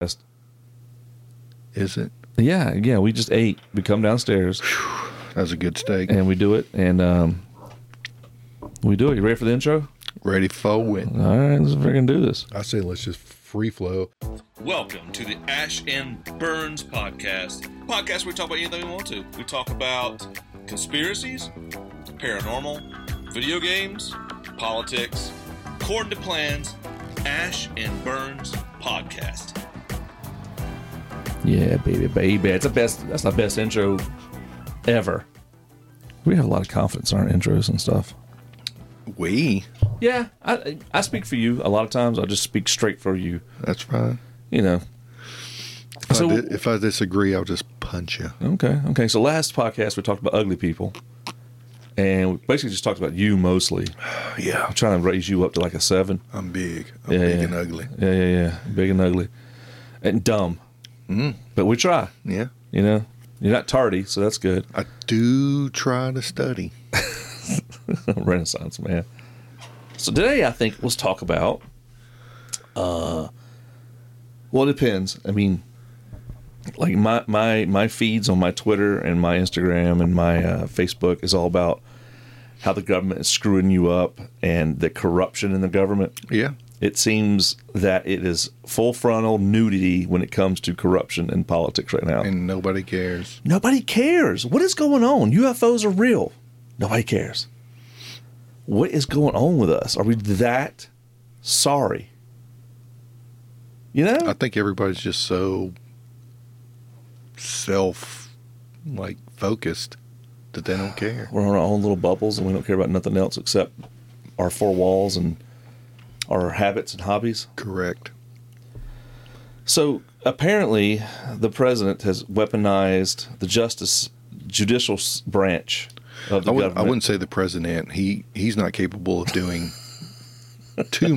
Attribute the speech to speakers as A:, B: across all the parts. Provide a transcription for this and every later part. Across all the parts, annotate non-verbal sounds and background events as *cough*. A: fest.
B: Is it?
A: Yeah, yeah. We just ate. We come downstairs
B: That was a good steak.
A: and we do it, and um, we do it. You ready for the intro?
B: Ready for it.
A: All right, let's freaking do this.
C: I say let's just free flow.
D: Welcome to the Ash and Burns podcast. Podcast where we talk about anything we want to. We talk about conspiracies, paranormal, video games, politics, according to plans. Ash and Burns podcast.
A: Yeah, baby, baby. It's the best. That's the best intro ever. We have a lot of confidence in our intros and stuff.
B: We.
A: Yeah, I I speak for you a lot of times. I just speak straight for you.
B: That's fine.
A: You know.
B: If,
A: So-
B: I di- if I disagree, I'll just punch you.
A: Okay. Okay. So last podcast we talked about ugly people, and we basically just talked about you mostly.
B: yeah.
A: I'm trying to raise you up to like a seven.
B: I'm big.
A: Oh,
B: I'm
A: Yeah,
B: big
A: yeah.
B: and ugly.
A: Yeah, yeah, yeah. Big and ugly, and dumb. But we try.
B: Yeah.
A: You know, you're not tardy, so that's good. *laughs*
B: I do try to study.
A: Renaissance man. So today, I think let's talk about. Uh, well, it depends. I mean, like my my my feeds on my Twitter and my Instagram and my uh, Facebook is all about how the government is screwing you up and the corruption in the government.
B: Yeah.
A: It seems that it is full frontal nudity when it comes to corruption in politics right now.
B: And nobody cares.
A: Nobody cares. What is going on? UFOs are real. Nobody cares. What is going on with us? Are we that sorry? You know?
B: I think everybody's just so self like focused that they don't care.
A: We're on our own little bubbles and we don't care about nothing else except our four walls and our habits and hobbies.
B: Correct.
A: So apparently, the president has weaponized the justice judicial s- branch of the
B: I, would,
A: government.
B: I wouldn't say the president. He he's not capable of doing too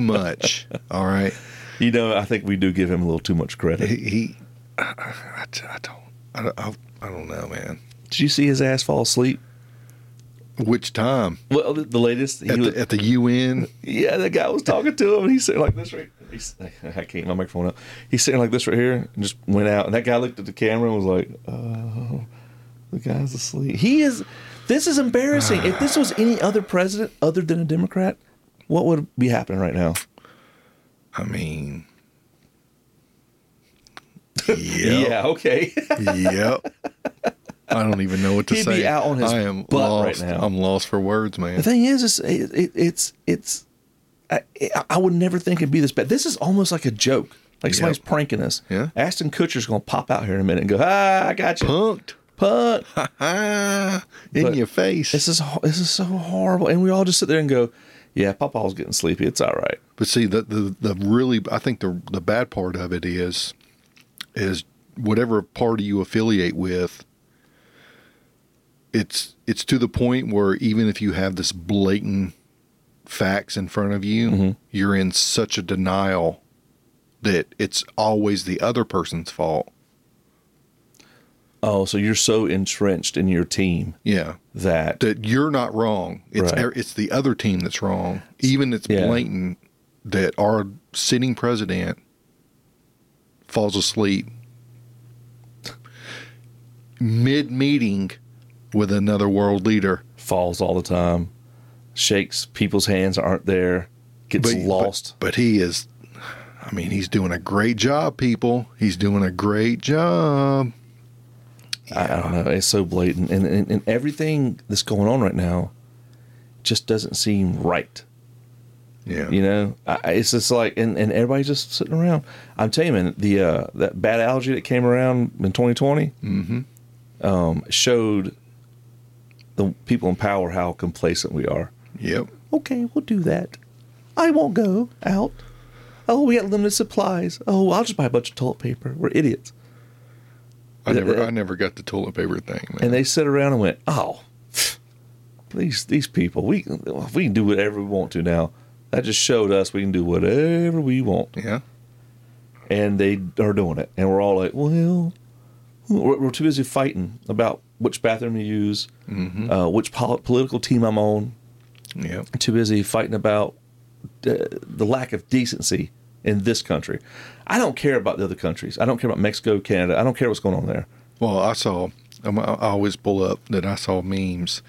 A: *laughs*
B: much. All right.
A: You know, I think we do give him a little too much credit.
B: He, he I, I, I don't. I, don't- I, I don't know, man.
A: Did you see his ass fall asleep?
B: Which time
A: Well, the, the latest. He
B: at
A: was-
B: the, at the UN?
A: Yeah, the guy was talking to him, and he's sitting like this right. He's, *laughs* I can't get my microphone up. He's sitting like this right here, and just went out. And that guy looked at the camera and was like, "Oh, the guy's asleep." He is. This is embarrassing. if this was any other president other than a Democrat, what would be happening right now?
B: I mean,
A: Yeah. Okay.
B: *laughs* yep. I don't even know what to
A: He'd be
B: say.
A: out on his
B: I am
A: butt
B: lost.
A: right now.
B: I'm lost for words, man.
A: the thing is, it's it, it, it's it's. I, I would never think it'd be this bad. This is almost like a joke. Like somebody's pranking us.
B: Yeah.
A: Ashton Kutcher's gonna pop out here in a minute and go, "Ah, I got you,
B: Punked.
A: punk."
B: *laughs* Ah, in
A: But
B: your face.
A: This is ho- this is so horrible, and we all just sit there and go, "Yeah, Papa's getting sleepy. It's all right."
B: But see, the, the the really, I think the the bad part of it is, is whatever party you affiliate with. It's it's to the point where even if you have this blatant facts in front of you, you're in such a denial that it's always the other person's fault.
A: Oh, so you're so entrenched in your team
B: Yeah,
A: that
B: that you're not wrong. It's
A: Right.
B: er it's the other team that's wrong. Even it's
A: Yeah.
B: blatant that our sitting president falls asleep mid meeting with another world leader.
A: falls all the time, shakes people's hands aren't there, gets lost.
B: But, he is I mean, he's doing a great job, people. He's doing a great job.
A: I, I don't know. It's so blatant, and, and and everything that's going on right now just doesn't seem right.
B: Yeah.
A: You know, I, I- it's just like, and, and everybody's just sitting around. I'm telling you, man, the uh, that bad algae that came around in 2020 um, showed the people in power how complacent we are.
B: Yep.
A: Okay, we'll do that. I won't go out. Oh, we got limited supplies. Oh, I'll just buy a bunch of toilet paper. We're idiots.
B: I never I never got the toilet paper thing, man.
A: And they sit around and went, "Oh, these these people, we we can do whatever we want to now." That just showed us we can do whatever we want.
B: yeah.
A: and they are doing it. And we're all like, well, we're, we're too busy fighting about which bathroom to use, uh, which pol- political team I'm on.
B: Yep.
A: Too busy fighting about uh, the lack of decency in this country. I don't care about the other countries. I don't care about Mexico, Canada. I don't care what's going on there.
B: Well, I saw. I'm- I always pull up that I saw memes,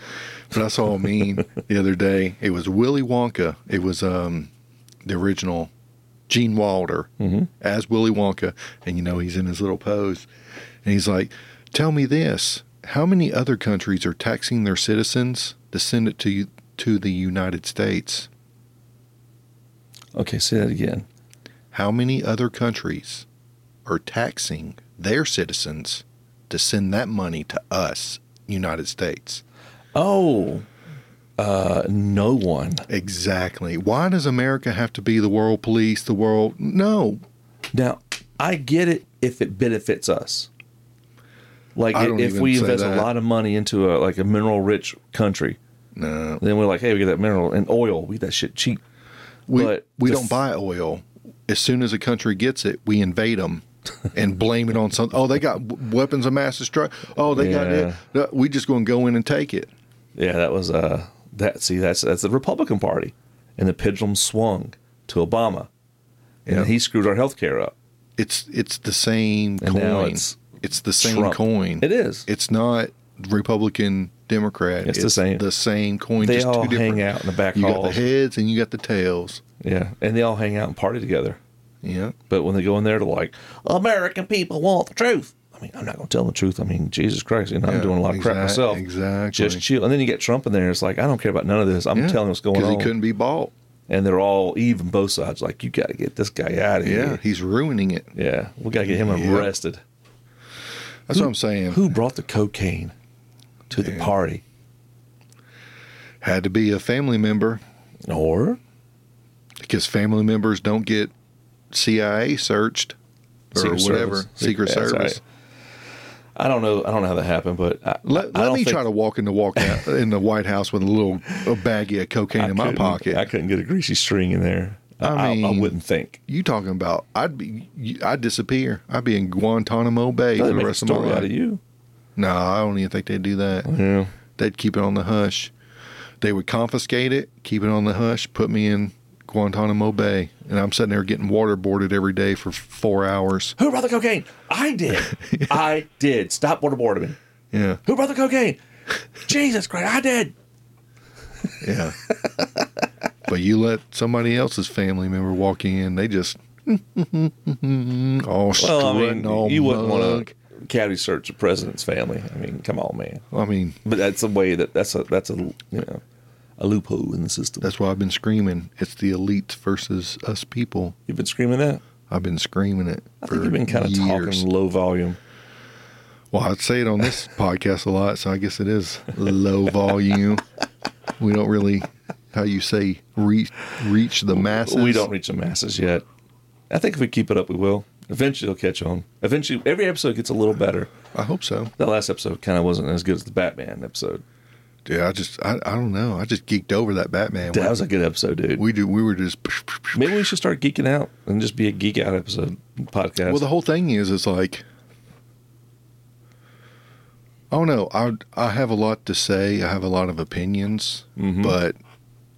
B: but I saw a meme the other day. It was Willy Wonka. It was um, the original Gene Wilder as Willy Wonka, and you know he's in his little pose, and he's like, "Tell me this: How many other countries are taxing their citizens to send it to you, to the United States?
A: Okay, say that again.
B: How many other countries are taxing their citizens to send that money to us, United States?"
A: Oh, uh, no one.
B: Exactly. Why does America have to be the world police, the world? No.
A: Now, I get it if it benefits us. Like
B: I don't
A: if
B: even
A: we
B: say
A: invest a
B: that.
A: lot of money into a like a mineral rich country,
B: No.
A: then we're like, hey, we get that mineral and oil. We get that shit cheap.
B: We,
A: But
B: we
A: the
B: don't
A: f-
B: buy oil. As soon as a country gets it, we invade them and blame it on some. Oh, they got w- weapons of mass destruction. Oh, they got
A: Yeah.
B: it. No, We just going to go in and take it.
A: Yeah, that was uh that see that's that's the Republican Party, and the pendulum swung to Obama, and
B: Yeah.
A: he screwed our health care up.
B: It's it's the same
A: And
B: coin.
A: now it's
B: the same
A: Trump.
B: coin.
A: It is.
B: It's not Republican Democrat.
A: It's the same.
B: The same coin.
A: They
B: just
A: all
B: two different.
A: hang out in the back
B: You got the
A: halls.
B: heads and you got the tails.
A: Yeah, and they all hang out and party together.
B: Yeah.
A: But when they go in there to like American people want the truth. I mean, I'm not gonna tell them the truth. I mean, Jesus Christ, you know, I'm
B: Yeah,
A: doing a lot of crap
B: exact-
A: myself.
B: exactly.
A: Just chill. And then you get Trump in there. It's like I don't care about none of this. I'm
B: Yeah.
A: telling what's going
B: 'Cause
A: on.
B: he couldn't be bought.
A: and they're all even both sides. Like you got to get this guy out of
B: Yeah,
A: here.
B: he's ruining it.
A: Yeah, we got to get him
B: Yeah.
A: arrested.
B: That's what I'm saying.
A: Who brought the cocaine to the party?
B: Had to be a family member
A: Or
B: because family members don't get CIA searched or
A: Secret
B: whatever
A: Service.
B: Secret
A: Yeah, that's
B: Service.
A: right. I don't know. I don't know how that happened, but I,
B: Let,
A: I
B: let
A: don't
B: me
A: think-
B: try to walk in the walk
A: *laughs*
B: out in the White House with a little a baggie of cocaine
A: I
B: in my
A: couldn't-
B: pocket.
A: I couldn't get a greasy string in there. I,
B: I
A: I- I
B: mean-
A: wouldn't think.
B: you talking about? I'd be you- I'd disappear. I'd be in Guantanamo Bay for
A: They'd
B: the
A: make a
B: rest of my
A: story out of
B: life.
A: you.
B: No, I don't even think they'd do that.
A: Yeah.
B: They'd keep it on the hush. They would confiscate it, keep it on the hush, put me in Guantanamo Bay, and I'm sitting there getting waterboarded every day for four hours.
A: Who brought the cocaine? I *laughs* did. I did. Stop waterboarding me.
B: Yeah,
A: Who brought the cocaine? Jesus Christ, I did. *laughs*
B: yeah. but you let somebody else's family member walk in, they just all
A: Well, I
B: strutting,
A: mean,
B: all
A: you wouldn't want
B: mug.
A: to cavity search the president's family. I mean, come on, man.
B: I mean,
A: But that's a way that that's a that's a you know a loophole in the system.
B: that's why I've been screaming. It's the elite versus us people.
A: you've been screaming that.
B: I've been screaming it.
A: I think you've been kind of talking low volume.
B: Well, I'd say it on this podcast a lot, so I guess it is low volume. We don't really, how you say, reach reach the masses.
A: We don't reach the masses yet. I think if we keep it up, we will. Eventually, it'll catch on. Eventually, every episode gets a little better.
B: I hope so.
A: That last episode kind of wasn't as good as the Batman episode.
B: Yeah, I just, I, I don't know. I just geeked over that Batman.
A: That was a good episode, dude.
B: we do. We were just.
A: Maybe we should start geeking out and just be a geek out episode podcast.
B: Well, the whole thing is, it's like, I don't know. I I have a lot to say. I have a lot of opinions,
A: Mm-hmm. Hmm.
B: but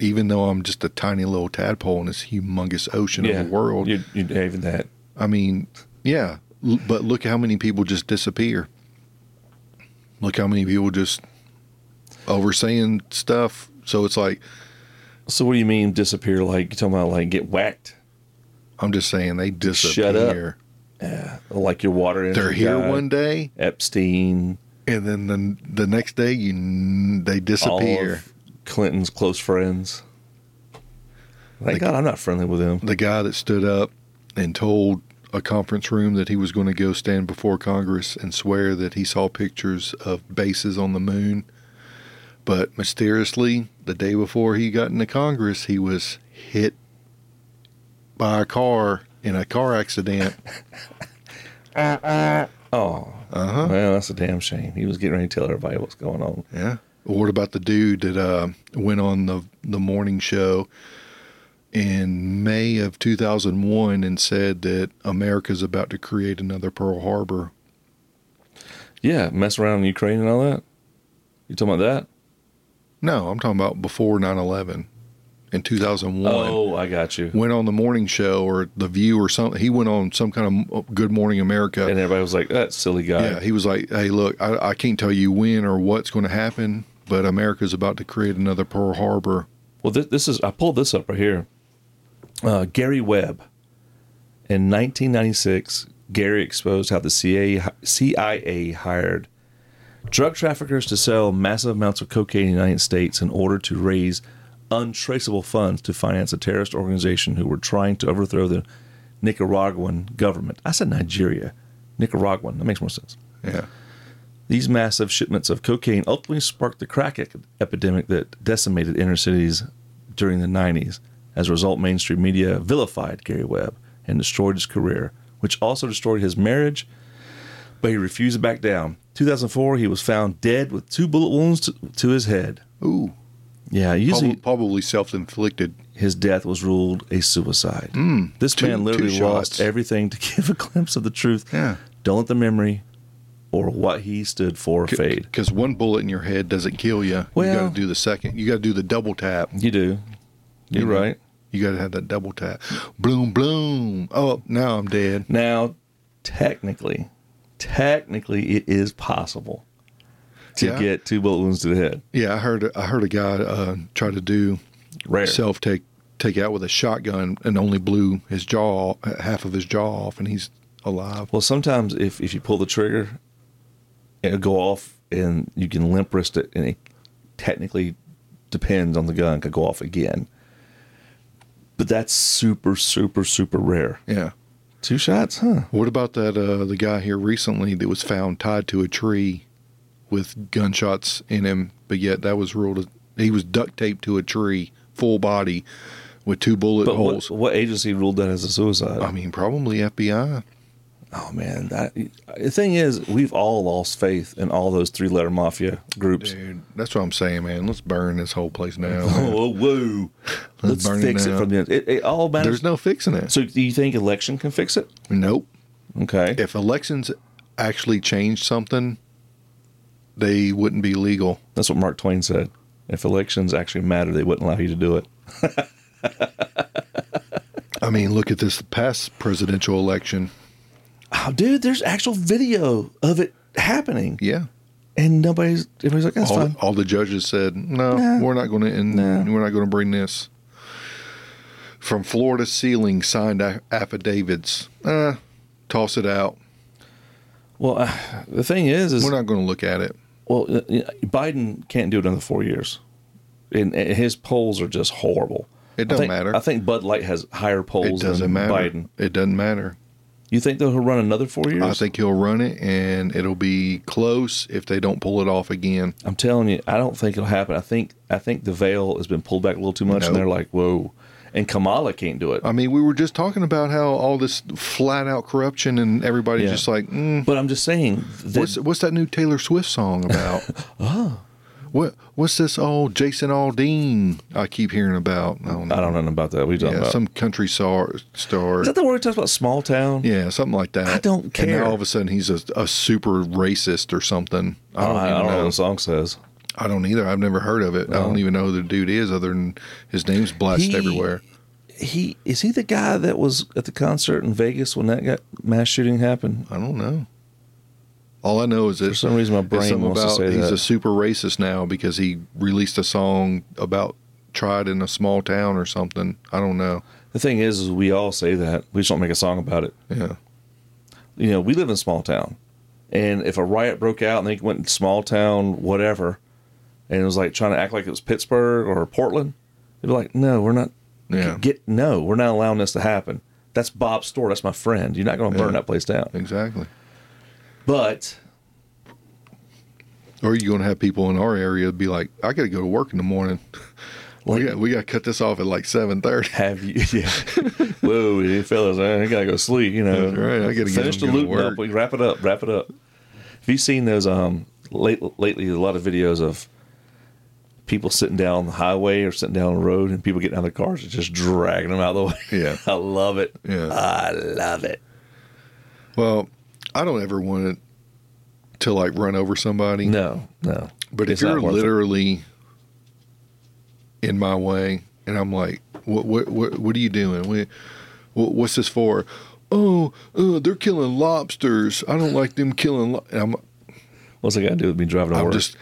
B: even though I'm just a tiny little tadpole in this humongous ocean
A: yeah,
B: of a world,
A: You, you, even that.
B: I mean, yeah, l- but look how many people just disappear. Look how many people just oversaying stuff. So it's like
A: So, what do you mean disappear? Like you talking about like get whacked?
B: I'm just saying they disappear.
A: Shut up. Like your water energy.
B: They're here
A: guy,
B: one day,
A: Epstein,
B: and then the the next day you n- they
A: all
B: disappear.
A: of Clinton's close friends. Thank
B: Like-
A: God I'm not friendly with him.
B: the guy that stood up and told a conference room that he was going to go stand before Congress and swear that he saw pictures of bases on the moon. But mysteriously, the day before he got into Congress, he was hit by a car in a car accident.
A: Oh,
B: Uh huh.
A: well, that's a damn shame. He was getting ready to tell everybody what's going on.
B: Yeah. What about the dude that uh, went on the the morning show in May of 2001 and said that America's about to create another Pearl Harbor?
A: Yeah, mess around in Ukraine and all that. You talking about that?
B: No, I'm talking about before 9 11. in 2001
A: Oh, I got you.
B: went on the morning show or the view or something he went on some kind of uh, good morning america
A: And uh, everybody was like, "That silly guy."
B: yeah he was like hey look I, I can't tell you when or what's going to happen but america's about to create another pearl harbor
A: Well, this, this is I pulled this up right here. Uh, Gary Webb in 1996, Gary exposed how the CIA, hi- CIA hired drug traffickers to sell massive amounts of cocaine in the United States in order to raise untraceable funds to finance a terrorist organization who were trying to overthrow the Nicaraguan government. I said Nigeria, Nicaraguan. That makes more sense.
B: yeah
A: These massive shipments of cocaine ultimately sparked the crack ec- epidemic that decimated inner cities during the 90s. As a result, mainstream media vilified Gary Webb and destroyed his career, which also destroyed his marriage, but he refused to back down. 2004, he was found dead with two bullet wounds to, to his head.
B: ooh
A: Yeah, usually
B: probably, probably self-inflicted
A: his death was ruled a suicide. this
B: Hmm, two-
A: man literally
B: two
A: lost
B: shots.
A: everything to *laughs* give a glimpse of the truth.
B: Yeah.
A: Don't let the memory or what he stood for fade.
B: because one bullet in your head doesn't kill you you
A: Well-
B: got to do the second you got to do the double tap
A: You do. You're
B: Mhm.
A: right.
B: you got to have that double tap bloom bloom oh now i'm dead
A: Now, technically, technically, it is possible to
B: Yeah.
A: get two bullet wounds to the head.
B: yeah i heard i heard a guy uh, try to do
A: Rare.
B: self take take out with a shotgun and only blew his jaw half of his jaw off and he's alive
A: well, sometimes if, if you pull the trigger, it'll go off and you can limp wrist it, and it technically depends on the gun, could go off again. But that's super, super, super rare.
B: yeah
A: Two shots, huh?
B: what about that uh the guy here recently that was found tied to a tree with gunshots in him but yet that was ruled a, he was duct taped to a tree full body with two bullet
A: But what,
B: holes
A: what agency ruled that as a suicide?
B: i mean probably fbi
A: Oh man, that the thing is, we've all lost faith in all those three-letter mafia groups.
B: dude that's what i'm saying man let's burn this whole place down
A: *laughs*
B: man.
A: Oh, whoa! Let's
B: Let's burn it
A: fix it,
B: down.
A: from the end. It, it all matters.
B: there's no fixing it
A: so, do you think election can fix it?
B: nope
A: Okay.
B: if elections actually changed something, they wouldn't be legal.
A: That's what Mark Twain said. If elections actually matter, they wouldn't allow you to do it.
B: I mean, look at this past presidential election.
A: Oh, dude, there's actual video of it happening,
B: Yeah.
A: and nobody's everybody's like, "That's
B: All,
A: fine."
B: all the judges said, no,
A: Nah.
B: we're not going to end,
A: Nah.
B: we're not going to bring this. From floor to ceiling, signed a- affidavits. Uh, toss it out.
A: Well, uh, the thing is, is
B: We're not going to look at it.
A: Well, uh, Biden can't do it another four years, and, and his polls are just horrible.
B: It
A: I
B: don't
A: think-
B: matter.
A: I think Bud Light has higher
B: It
A: polls
B: doesn't
A: than
B: matter.
A: Biden.
B: It doesn't matter.
A: You think they'll run another four years?
B: I think he'll run it, and it'll be close if they don't pull it off again.
A: I'm telling you, I don't think it'll happen. I think I think the veil has been pulled back a little too much, and
B: No.
A: they're like, "Whoa!" And Kamala can't do it.
B: I mean, we were just talking about how all this flat out corruption and everybody's
A: Yeah.
B: just like, mm,
A: But I'm just saying that
B: what's what's that new Taylor Swift
A: *laughs*
B: song about? oh. What what's this old Jason Aldean I keep hearing about? I don't know.
A: I don't know nothing about that. We talking
B: yeah,
A: about
B: some country star star.
A: Uh, is that the word that talks about small town?
B: yeah, something like that.
A: I don't
B: And
A: care.
B: now all of a sudden he's a, a super racist or something. I
A: I
B: don't,
A: don't, Oh, I
B: even
A: don't know
B: know.
A: what the song says.
B: I don't either. I've never heard of it. I don't even know who the dude is other than his name's blasted
A: He-
B: everywhere.
A: He is he the guy that was at the concert in Vegas when that got, mass shooting happened?
B: I don't know. All I know is that
A: For some reason, my
B: It's
A: brain
B: something
A: wants to
B: about
A: say
B: he's
A: that.
B: a super racist now because he released a song about tried in a small town or something. I don't know.
A: The thing is, is we all say that. We just don't make a song about it.
B: Yeah.
A: You know, we live in a small town, and if a riot broke out and they went in small town, whatever, and it was like trying to act like it was Pittsburgh or Portland, they'd be like, "No, we're not.
B: Yeah.
A: Get no, we're not allowing this to happen. That's Bob's store. That's my friend. You're not going to burn
B: Yeah.
A: that place down."
B: Exactly.
A: But
B: Or you're gonna have people in our area be like, I gotta go to work in the morning. *laughs*
A: Like-
B: we got we gotta cut this off at like seven thirty. *laughs*
A: have you? *laughs* Yeah. Whoa, you fellas, I gotta go sleep. You know,
B: That's right. I gotta get
A: finish
B: up
A: the
B: and go to
A: loot up.
B: work.
A: We wrap it up. Wrap it up. Have you seen those? Um, late, lately, a lot of videos of people sitting down the highway or sitting down the road, and people getting out of their cars and just dragging them out of the *laughs* way.
B: Yeah.
A: I love it.
B: Yeah.
A: I love it.
B: Well, I don't ever want it to like run over somebody.
A: No, no.
B: But if
A: It's not
B: you're
A: worth it.
B: literally in my way and I'm like, what what what, what are you doing? What, what- what's this for? Oh, uh, they're killing lobsters. I don't like them killing. Lo-. And I'm
A: What's that got to do with me driving to
B: I'm
A: work?
B: just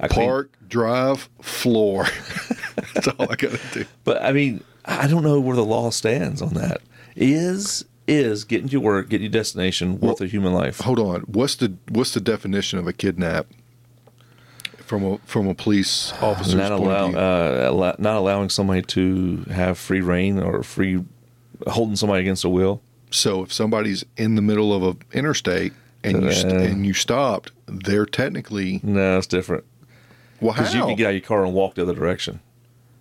A: I clean-
B: park, drive, floor. *laughs* That's all I gotta do.
A: But I mean, I don't know where the law stands on that. Is is getting to work, getting your destination worth a human life?
B: Hold on. What's the what's the definition of a kidnap? From a from
A: *sighs*
B: a police officer's
A: Not
B: point
A: allow,
B: of view.
A: uh, allow, not allowing somebody to have free reign or free holding somebody against their will.
B: So if somebody's in the middle of an interstate and you st-
A: Uh.
B: and you stopped, they're technically
A: No, it's different
B: well. How?
A: because you can get out of your car and walk the other direction.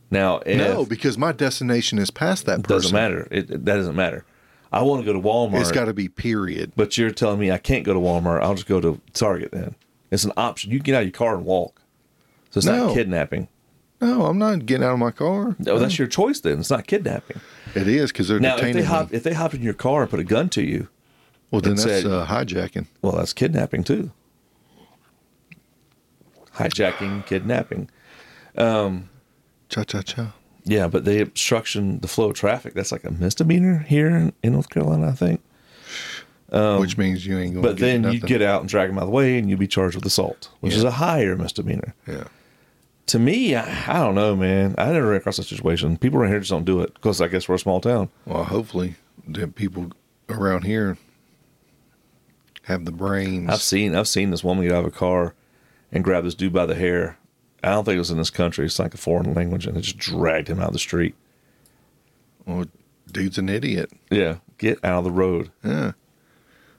A: Now, if,
B: no, because my destination is past that
A: it
B: person.
A: doesn't matter. It, it- that doesn't matter. I want to go to Walmart.
B: It's got to be period.
A: but you're telling me I can't go to Walmart. I'll just go to Target then. It's an option. You can get out of your car and walk. So it's
B: No.
A: not kidnapping.
B: No, I'm not getting out of my car.
A: No, that's your choice then. It's not kidnapping.
B: It is because they're
A: Now, if
B: detaining
A: they
B: me.
A: hop, if they hopped in your car and put a gun to you,
B: well, then
A: and
B: that's
A: said-
B: uh, hijacking.
A: well, that's kidnapping too. Hijacking, kidnapping.
B: Cha cha cha.
A: Yeah, but the obstruction, the flow of traffic, that's like a misdemeanor here in, in North Carolina, I think.
B: Which means you ain't going.
A: Um, But then
B: nothing.
A: you'd get out and drag them out of the way, and you'd be charged with assault, which is a higher misdemeanor.
B: yeah.
A: To me, I, I don't know, man. I never ran across that situation. People around here just don't do it because I guess we're a small town.
B: Well, hopefully, the people around here have the brains.
A: I've seen I've seen this woman get out of a car and grab this dude by the hair. I don't think it was in this country. It's like a foreign language, and they just dragged him out of the street.
B: Well, dude's an idiot.
A: Yeah, get out of the road.
B: Yeah.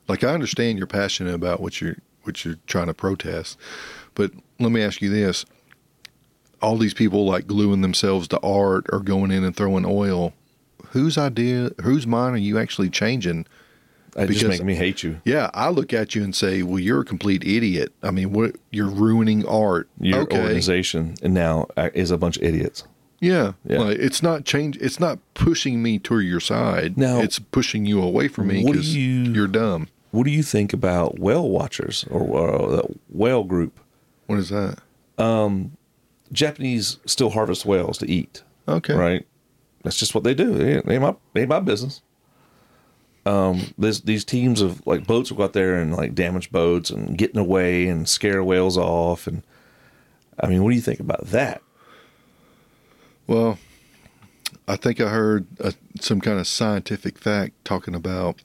B: Like I understand you're passionate about what you're what you're trying to protest, but let me ask you this: all these people like gluing themselves to art or going in and throwing oil, whose idea, whose mind are you actually changing?
A: It just
B: Because-
A: makes me hate you.
B: Yeah, I look at you and say, "Well, you're a complete idiot." I mean, what you're ruining art.
A: Your organization and now uh, is a bunch of idiots.
B: Yeah,
A: Yeah.
B: Like, it's not change. It's not pushing me to your side.
A: Now-
B: it's pushing you away from me
A: What do
B: because
A: you-
B: you're dumb.
A: What do you think about whale watchers or uh, the whale group?
B: What is that?
A: Japanese still harvest whales to eat,
B: Okay,
A: right? That's just what they do. They they ain't my, they ain't my business. there's these teams of like boats will go out there and like damage boats and get in the way and scare whales off and I mean, what do you think about that?
B: Well, I think I heard uh some kind of scientific fact talking about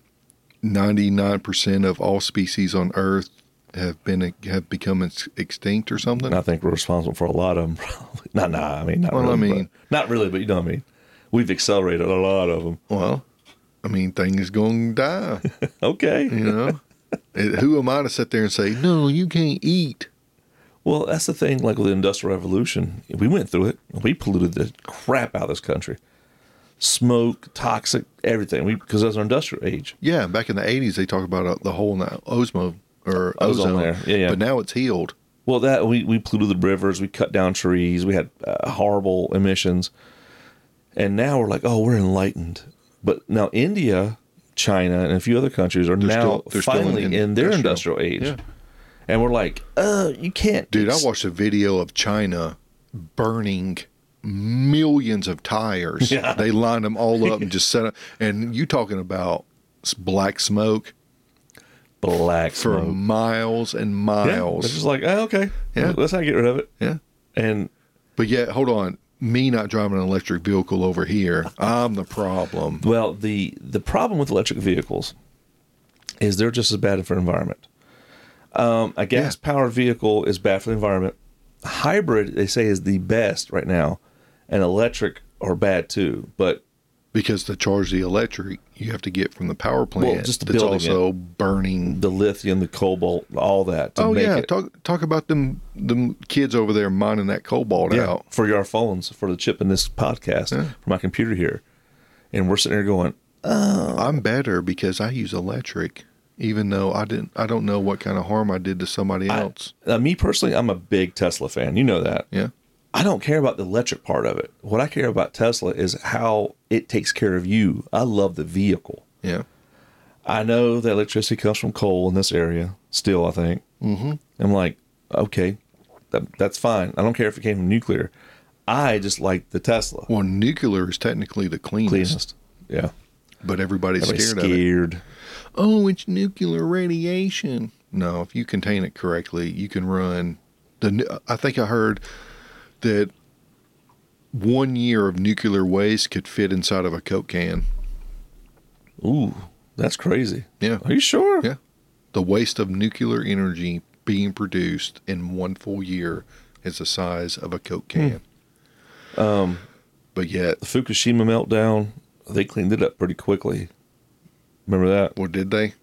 B: 99% of all species on Earth have been have become ex- extinct or something.
A: And I think we're responsible for a lot of them. *laughs* Probably. Not, nah, I mean, not
B: Well,
A: really.
B: I
A: but-
B: mean-
A: not really, but you know what I mean. We've accelerated a lot of them.
B: Well, I mean, things going to die.
A: Okay.
B: You
A: *laughs*
B: know, It- who am I to sit there and say, no, you can't eat?
A: Well, that's the thing. Like with the Industrial Revolution, we went through it. We polluted the crap out of this country. Smoke, toxic, everything. We because that's our industrial age.
B: Yeah, back in the 80s, they talk about uh, the whole now, osmo or
A: Ozone
B: ozone.
A: layer. Yeah, yeah.
B: But now it's healed.
A: Well, that we, we polluted the rivers, we cut down trees, we had uh, horrible emissions, and now we're like, oh, we're enlightened. But now India, China, and a few other countries are now
B: still- they're still in
A: finally in, their industrial
B: industrial.
A: age,
B: Yeah.
A: and we're like, uh, you can't,
B: Dude, I
A: ex-
B: watched a video of China burning millions of
A: *laughs*
B: tires.
A: Yeah.
B: They lined them all up and just set up. And you talking about s- black smoke
A: black
B: for
A: smoke.
B: miles and
A: Yeah,
B: miles.
A: it's just like, oh, okay,
B: Yeah.
A: let's not get rid of it.
B: Yeah.
A: And
B: But yet, hold on. Me not driving an electric vehicle over here, I'm the problem.
A: Well, the the problem with electric vehicles is they're just as bad for environment. Um, a gas powered vehicle is bad for the environment. Hybrid, they say, is the best right now, and electric are bad too. But
B: Because to charge the electric, you have to get from the power plant.
A: just the
B: that's
A: building
B: also burning.
A: the lithium, the cobalt, all that to
B: Oh
A: make
B: yeah,
A: it
B: talk talk about them them kids over there mining that cobalt out.
A: for your phones, for the chip in this podcast, for my computer here, and we're sitting here going,
B: I'm better because I use electric, even though I didn't. I don't know what kind of harm I did to somebody else.
A: uh, me personally, I'm a big Tesla fan. You know that.
B: Yeah,
A: I don't care about the electric part of it. What I care about Tesla is how it takes care of you. I love the vehicle.
B: yeah.
A: I know that electricity comes from coal in this area, still, I think. Mm-hmm. I'm like, okay, that, that's fine. I don't care if it came from nuclear. I just like the Tesla.
B: Well, nuclear is technically the cleanest,
A: Cleanest. Yeah.
B: but everybody's,
A: Everybody's
B: scared, of it.
A: scared.
B: Oh, it's nuclear radiation. No, if you contain it correctly, you can run the. nu- I think I heard that one year of nuclear waste could fit inside of a Coke can.
A: Ooh, that's crazy.
B: Yeah.
A: Are you sure?
B: Yeah. The waste of nuclear energy being produced in one full year is the size of a Coke
A: Hmm.
B: can. Um,
A: Um,
B: but yet,
A: The Fukushima meltdown, they cleaned it up pretty quickly. Remember that?
B: well, did they?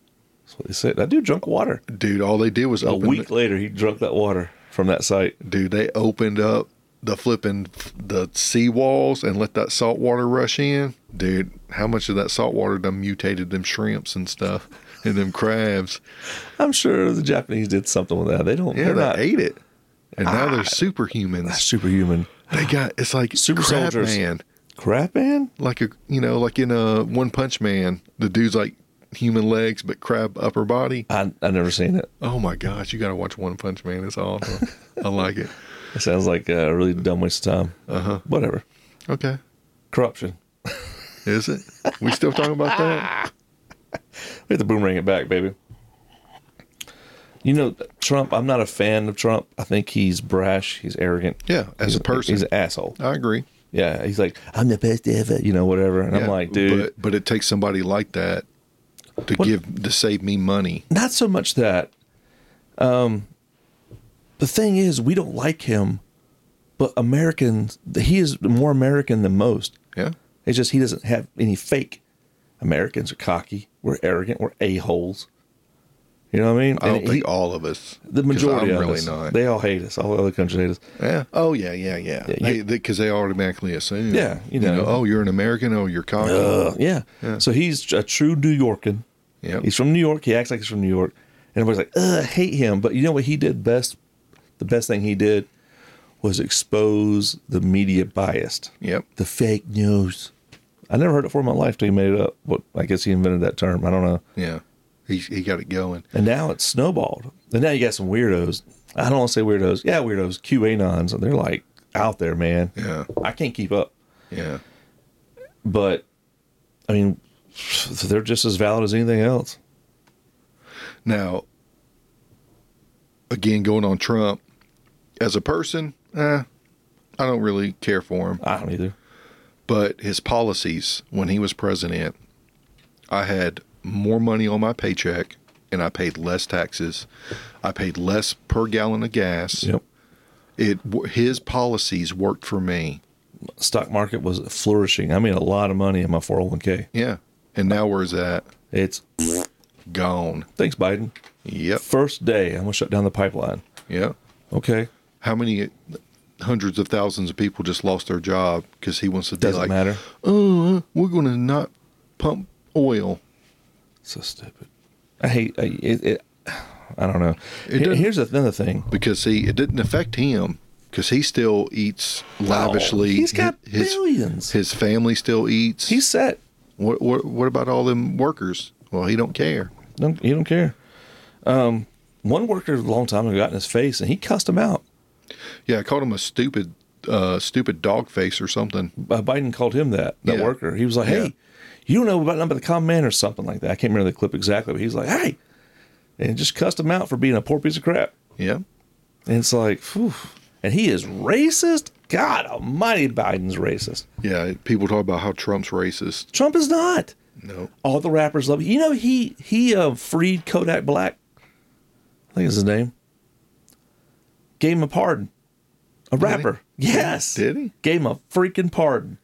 A: That's what they said. That dude drunk water.
B: Dude, all they did was
A: A
B: open
A: week later, he drunk that water from that site.
B: dude, they opened up the flipping f- the sea walls and let that salt water rush in. Dude, how much of that salt water done mutated them shrimps and stuff *laughs* and them crabs?
A: I'm sure the Japanese did something with that. They don't.
B: Yeah,
A: they're
B: they
A: not
B: ate it. And now they're superhumans.
A: superhuman.
B: They got it's like
A: Ah, Super
B: Super Crab
A: soldiers.
B: Man,
A: Crap, man.
B: like a you know, like in a One Punch Man, the dude's like human legs but crab upper body.
A: I I never seen it.
B: Oh my gosh, you got to watch One Punch Man. It's awesome. I like it.
A: It sounds like a really dumb waste of time. Uh
B: Uh-huh.
A: huh. Whatever.
B: Okay,
A: Corruption.
B: is it? We still talking about that?
A: We have to boomerang it back, baby. You know, Trump, I'm not a fan of Trump. I think he's brash. He's arrogant.
B: Yeah, as
A: He's
B: a person,
A: He's an asshole.
B: I agree.
A: Yeah. He's like, I'm the best ever, you know, whatever. And I'm
B: Yeah,
A: like, dude,
B: But, but it takes somebody like that to give to save me money.
A: not so much that. Um, the thing is, we don't like him, but Americans, he is more American than most.
B: Yeah,
A: It's just he doesn't have any fake. Americans are cocky. We're arrogant. We're a holes. You know what I mean?
B: I don't
A: And
B: think
A: he-
B: all of us.
A: the
B: 'cause
A: majority
B: I'm
A: of
B: really
A: us,
B: not.
A: they all hate us. All the other countries hate us.
B: yeah. Oh yeah, yeah,
A: Yeah,
B: yeah. Because
A: you-
B: they, they, 'cause they automatically assume.
A: Yeah, you know.
B: oh, you're an American. Oh, you're cocky.
A: Ugh, yeah. So he's a true New Yorkan.
B: Yep.
A: He's from New York. He acts like he's from New York. And everybody's like, Ugh, I hate him. But you know what he did best? The best thing he did was expose the media biased.
B: Yep.
A: The fake news. I never heard it before in my life till he made it up. But I guess he invented that term. I don't know.
B: Yeah. He he got it going.
A: And now it's snowballed. And now you got some weirdos. I don't want to say weirdos. Yeah, weirdos. QAnons. And they're like out there, man.
B: Yeah.
A: I can't keep up.
B: Yeah.
A: But, I mean, they're just as valid as anything else.
B: Now, again, going on Trump as a person, eh, I don't really care for him.
A: I don't either.
B: but his policies when he was president, I had more money on my paycheck and I paid less taxes. I paid less per gallon of gas.
A: Yep.
B: It his policies worked for me.
A: Stock market was flourishing. I made a lot of money in my 401k.
B: Yeah. And now where's that?
A: It's
B: Gone.
A: thanks, Biden.
B: Yep.
A: First day, I'm going to shut down the pipeline.
B: Yep.
A: Okay.
B: How many hundreds of thousands of people just lost their job because he wants to
A: Doesn't
B: be like,
A: matter.
B: "Uh, we're going to not pump oil.
A: So stupid. I hate I, it, it. I don't know.
B: It
A: Here-
B: doesn't-
A: Here's another thing.
B: because see, it didn't affect him because he still eats lavishly.
A: Oh, he's got
B: his,
A: billions.
B: His family still eats.
A: He's set.
B: what, what? What about all them workers? Well, he don't care.
A: Don't, you don't care. Um, one worker a long time ago got in his face and he cussed him out.
B: Yeah, I called him a stupid, uh, stupid dog face or something.
A: uh, Biden called him that that
B: Yeah.
A: worker. He was like, "Hey,
B: Yeah.
A: you don't know about nothing but the common man or something like that." I can't remember the clip exactly, but he's like, "Hey," and just cussed him out for being a poor piece of crap.
B: Yeah,
A: And it's like, phew. and he is racist. God Almighty, Biden's racist.
B: yeah. People talk about how Trump's racist.
A: Trump is not.
B: No,
A: All the rappers love. You know, he he uh, freed Kodak Black. I think is his name. Gave him a pardon. A rapper. Yes.
B: Did he?
A: Gave him a freaking pardon.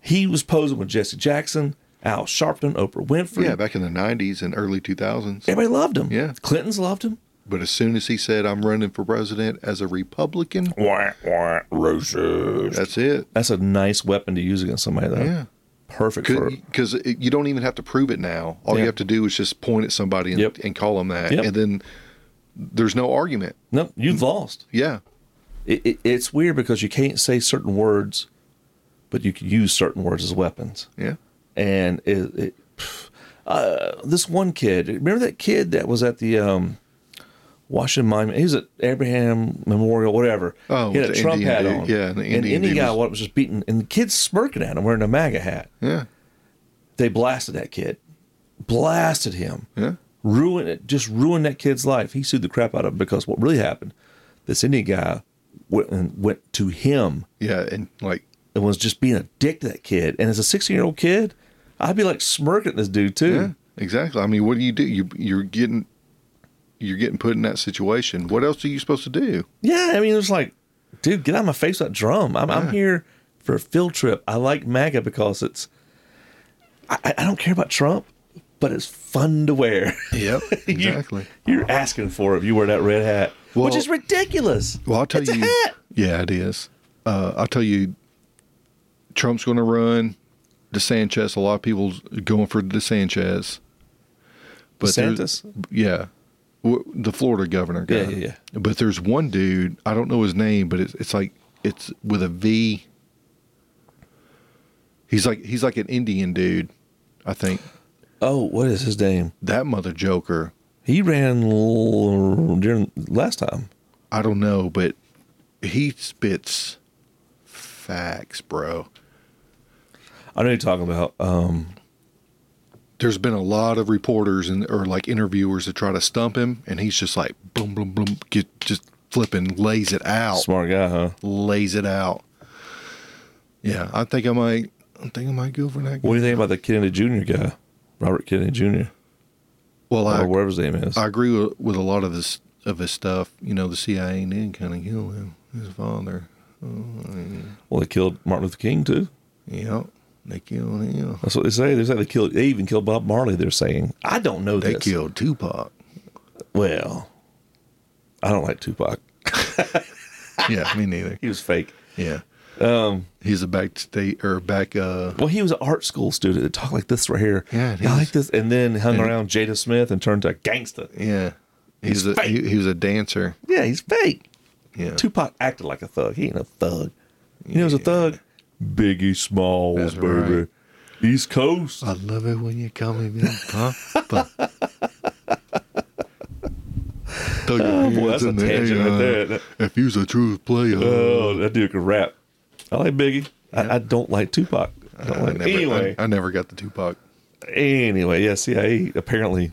A: He was posing with Jesse Jackson, Al Sharpton, Oprah Winfrey.
B: yeah, back in the '90s and early 2000s.
A: Everybody loved him.
B: Yeah.
A: Clinton's loved him.
B: But as soon as he said, "I'm running for president as a Republican,"
A: Wah, wah, racist.
B: that's it.
A: That's a nice weapon to use against somebody, though.
B: Yeah.
A: Perfect for
B: because you don't even have to prove it now. All
A: Yeah.
B: you have to do is just point at somebody and,
A: Yep.
B: and call them that,
A: Yep.
B: and then there's no argument.
A: No, you've lost.
B: Yeah,
A: it, it, it's weird because you can't say certain words, but you can use certain words as weapons.
B: yeah,
A: And it, it pff, uh, this one kid, remember that kid that was at the um, Washington Monument. He was at Abraham Memorial, whatever.
B: Oh,
A: he had a
B: with the
A: Trump
B: Indian
A: hat
B: dude.
A: on.
B: Yeah, and the
A: and
B: Indian
A: Indian
B: dude
A: guy
B: was-
A: what was just beating, and the kids smirking at him wearing a MAGA hat.
B: Yeah.
A: They blasted that kid, blasted him,
B: Yeah.
A: ruined it, just ruined that kid's life. He sued the crap out of him because what really happened, this Indian guy went and went to him
B: Yeah. And like,
A: and was just being a dick to that kid. And as a 16 year old kid, I'd be like smirking at this dude too.
B: yeah, exactly. I mean, what do you do? You, you're getting, you're getting put in that situation. What else are you supposed to do?
A: Yeah, I mean, it was like, dude, get out of my face with that drum. I'm, I'm here for a field trip. I like MAGA because it's, I, I- I don't care about Trump, but it's fun to wear. *laughs*
B: Yep.
A: You-
B: *laughs* Exactly.
A: You're asking for it if you wear that red hat, which
B: Well-
A: is ridiculous.
B: Well, I'll tell
A: It's a
B: you.
A: hat.
B: Yeah, it is. Uh, I'll tell you. Trump's going to run. DeSanchez. A lot of people's going for DeSanchez. But there-
A: DeSantis?
B: Yeah. W- The Florida governor guy.
A: Yeah, yeah,
B: But there's one dude. I don't know his name, but it's, it's like it's with a V. He's like he's like an Indian dude. I think
A: Oh, what is his name?
B: that mother joker.
A: He ran l- during last time.
B: I don't know, but he spits facts, bro.
A: I know you're talking about. Um,
B: there's been a lot of reporters and or like interviewers that try to stump him, and he's just like boom, boom, boom, get just flipping, lays it out,
A: smart guy, huh?
B: lays it out. Yeah, I think I might. I think I might go for that.
A: What do you think about the Kennedy Jr. guy, Robert Kennedy Jr.
B: Well,
A: or
B: I,
A: whatever his name is?
B: I agree with, with a lot of this of his stuff. You know, the CIA did kind of kill him, his father.
A: well, they killed Martin Luther King too.
B: Yeah, they killed him.
A: That's what they say. They say they killed. They even killed Bob Marley. They're saying. I don't know
B: They
A: this.
B: killed Tupac.
A: Well, I don't like Tupac.
B: yeah, me neither.
A: He was fake.
B: Yeah. Um, he's a back state or back. Uh,
A: Well, he was an art school student that talked like this right here.
B: Yeah, he
A: I
B: was-
A: like this, and then hung around Jada Smith and turned to a gangster.
B: yeah, he's,
A: He's
B: a
A: fake.
B: he, he was a dancer.
A: Yeah, he's fake.
B: Yeah.
A: Tupac acted like a thug. He ain't a thug. You know, was a thug. Biggie Smalls,
B: That's
A: baby.
B: right.
A: East Coast.
B: I love it when you call me *laughs* Big Papa. Throw your
A: Oh, boy, that's
B: hands
A: a
B: in the
A: tangent right
B: air. uh,
A: there.
B: If you's a true player,
A: Oh, that dude can rap. I like Biggie. I, I don't like Tupac. I don't
B: I
A: like-
B: never,
A: anyway,
B: I, I never got the Tupac,
A: anyway, yeah. CIA apparently.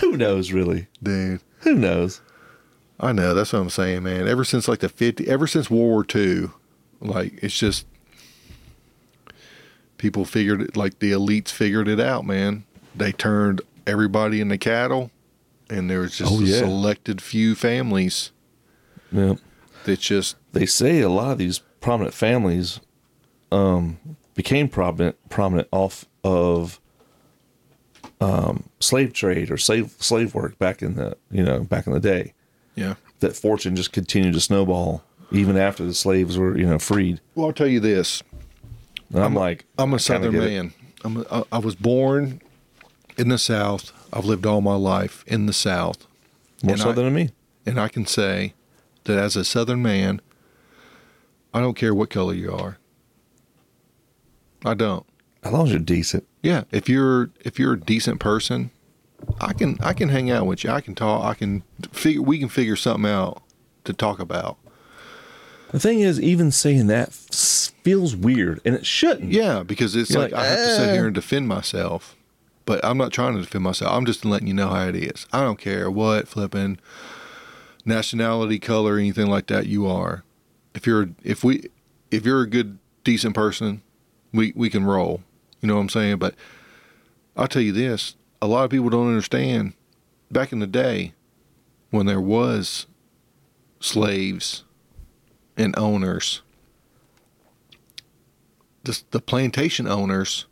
A: Who knows, really?
B: dude.
A: Who knows?
B: I know that's what I'm saying, man. Ever since like the fifty, ever since World War II, like it's just people figured it, like the elites figured it out, man. They turned everybody into cattle, and there was just
A: Oh,
B: a
A: yeah.
B: selected few families
A: Yeah.
B: that just
A: They say a lot of these prominent families um, became prominent prominent off of um, slave trade or slave slave work back in the you know back in the day.
B: yeah.
A: That fortune just continued to snowball even after the slaves were you know freed.
B: Well, I'll tell you this.
A: And I'm, like
B: I'm
A: kinda
B: a Southern
A: get it.
B: man. I'm a, I, I was born in the South. I've lived all my life in the South,
A: more
B: and
A: so
B: I-
A: than me.
B: and I can say that as a Southern man, I don't care what color you are. I don't.
A: As long as you're decent,
B: Yeah, if you're if you're a decent person, I can I can hang out with you. I can talk. I can figure. We can figure something out to talk about.
A: the thing is, even saying that s- feels weird, and it shouldn't.
B: Yeah, because it's
A: You're
B: like,
A: like,
B: I have to
A: "Eh."
B: sit here and defend myself, but I'm not trying to defend myself. I'm just letting you know how it is. I don't care what flipping nationality, color, anything like that you are. If you're if we if you're a good decent person, we we can roll. You know what I'm saying? But I'll tell you this: a lot of people don't understand. Back in the day, when there was slaves and owners, the, the plantation owners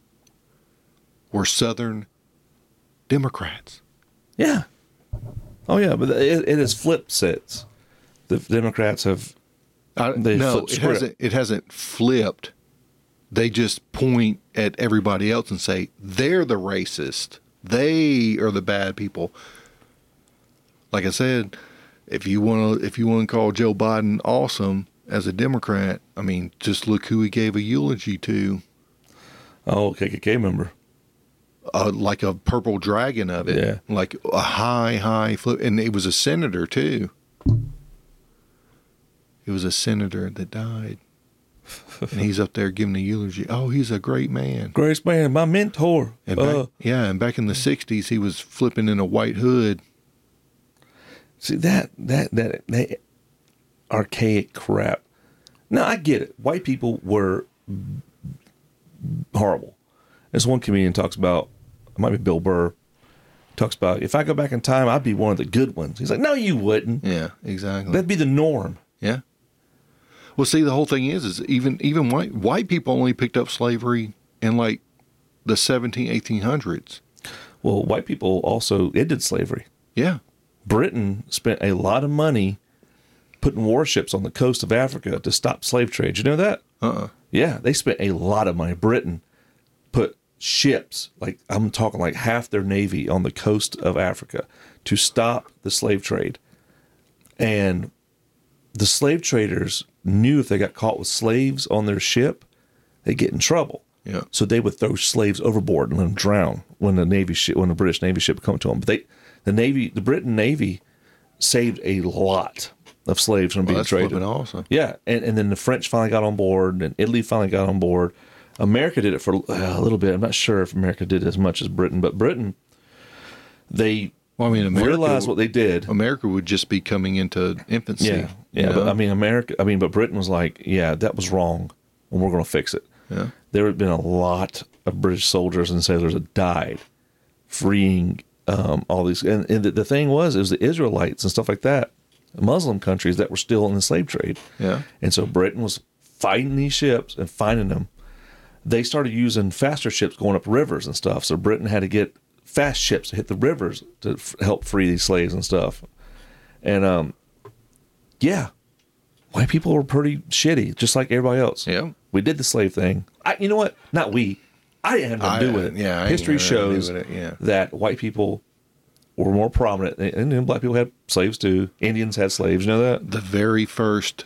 B: were Southern Democrats.
A: Yeah. Oh yeah, but it, it has flipped since. The Democrats have
B: I,
A: They
B: no,
A: flipped
B: it
A: script.
B: hasn't. It hasn't flipped. They just point at everybody else and say they're the racist. They are the bad people. Like I said, if you want to, if you want to call Joe Biden awesome as a Democrat, I mean, just look who he gave a eulogy to.
A: oh KKK member.
B: uh, like a purple dragon of it,
A: Yeah.
B: like a high, high flip, and it was a senator too. It was a senator that died, and he's up there giving a eulogy. Oh, he's a great man.
A: Grace man, my mentor.
B: And back,
A: Uh,
B: yeah, and back in the '60s, he was flipping in a white hood.
A: see that that that that archaic crap. No, I get it. White people were horrible. This one comedian talks about it might be Bill Burr. Talks about if I go back in time, I'd be one of the good ones. He's like, no, you wouldn't.
B: Yeah, exactly.
A: That'd be the norm.
B: Yeah. Well, see, the whole thing is, is even even white white people only picked up slavery in like the 17, 1800s.
A: Well, white people also ended slavery.
B: Yeah.
A: Britain spent a lot of money putting warships on the coast of Africa to stop slave trade. You know that?
B: Uh-uh.
A: Yeah, they spent a lot of money. Britain put ships, like I'm talking like half their navy on the coast of Africa to stop the slave trade. And the slave traders knew if they got caught with slaves on their ship, they'd get in trouble.
B: Yeah.
A: So they would throw slaves overboard and let them drown when the navy ship, when the British navy ship would come to them. But they, the navy, the Britain navy, saved a lot of slaves from
B: Well,
A: being
B: that's
A: traded.
B: flipping awesome.
A: Yeah, and, and then the French finally got on board, and Italy finally got on board. America did it for uh, a little bit. I'm not sure if America did it as much as Britain, but Britain, they
B: Well, I mean, America,
A: realized what they did.
B: America would just be coming into infancy.
A: Yeah, yeah.
B: you
A: But
B: know?
A: I mean, America. I mean, but Britain was like, yeah, that was wrong, and we're going to fix it.
B: Yeah.
A: There had been a lot of British soldiers and sailors that died freeing um, all these. And, and the, the thing was, it was the Israelites and stuff like that, Muslim countries that were still in the slave trade.
B: Yeah.
A: And so Britain was fighting these ships and finding them. They started using faster ships going up rivers and stuff. So Britain had to get fast ships to hit the rivers to f- help free these slaves and stuff. And um, yeah, white people were pretty shitty, just like everybody else.
B: Yeah.
A: We did the slave thing. I, you know what? Not we. I didn't have nothing to do
B: I-
A: with it.
B: yeah, I ain't
A: History
B: got nothing to do
A: shows
B: with it, yeah.
A: that white people were more prominent, and, and then black people had slaves too. Indians had slaves. You know that?
B: the very first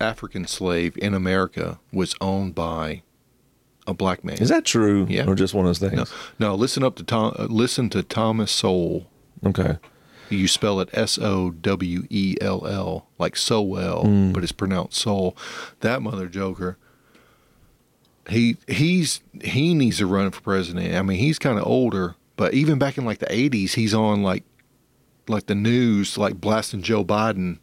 B: African slave in America was owned by a black man.
A: Is that true?
B: Yeah.
A: Or just one of those things?
B: no? Listen up to Tom. uh, Listen to Thomas Sowell.
A: Okay.
B: You spell it S O W E L L, like so well,
A: Mm.
B: but it's pronounced soul. That mother joker. He he's he needs to run for president. I mean, he's kind of older, but even back in like the eighties, he's on like like the news, like blasting Joe Biden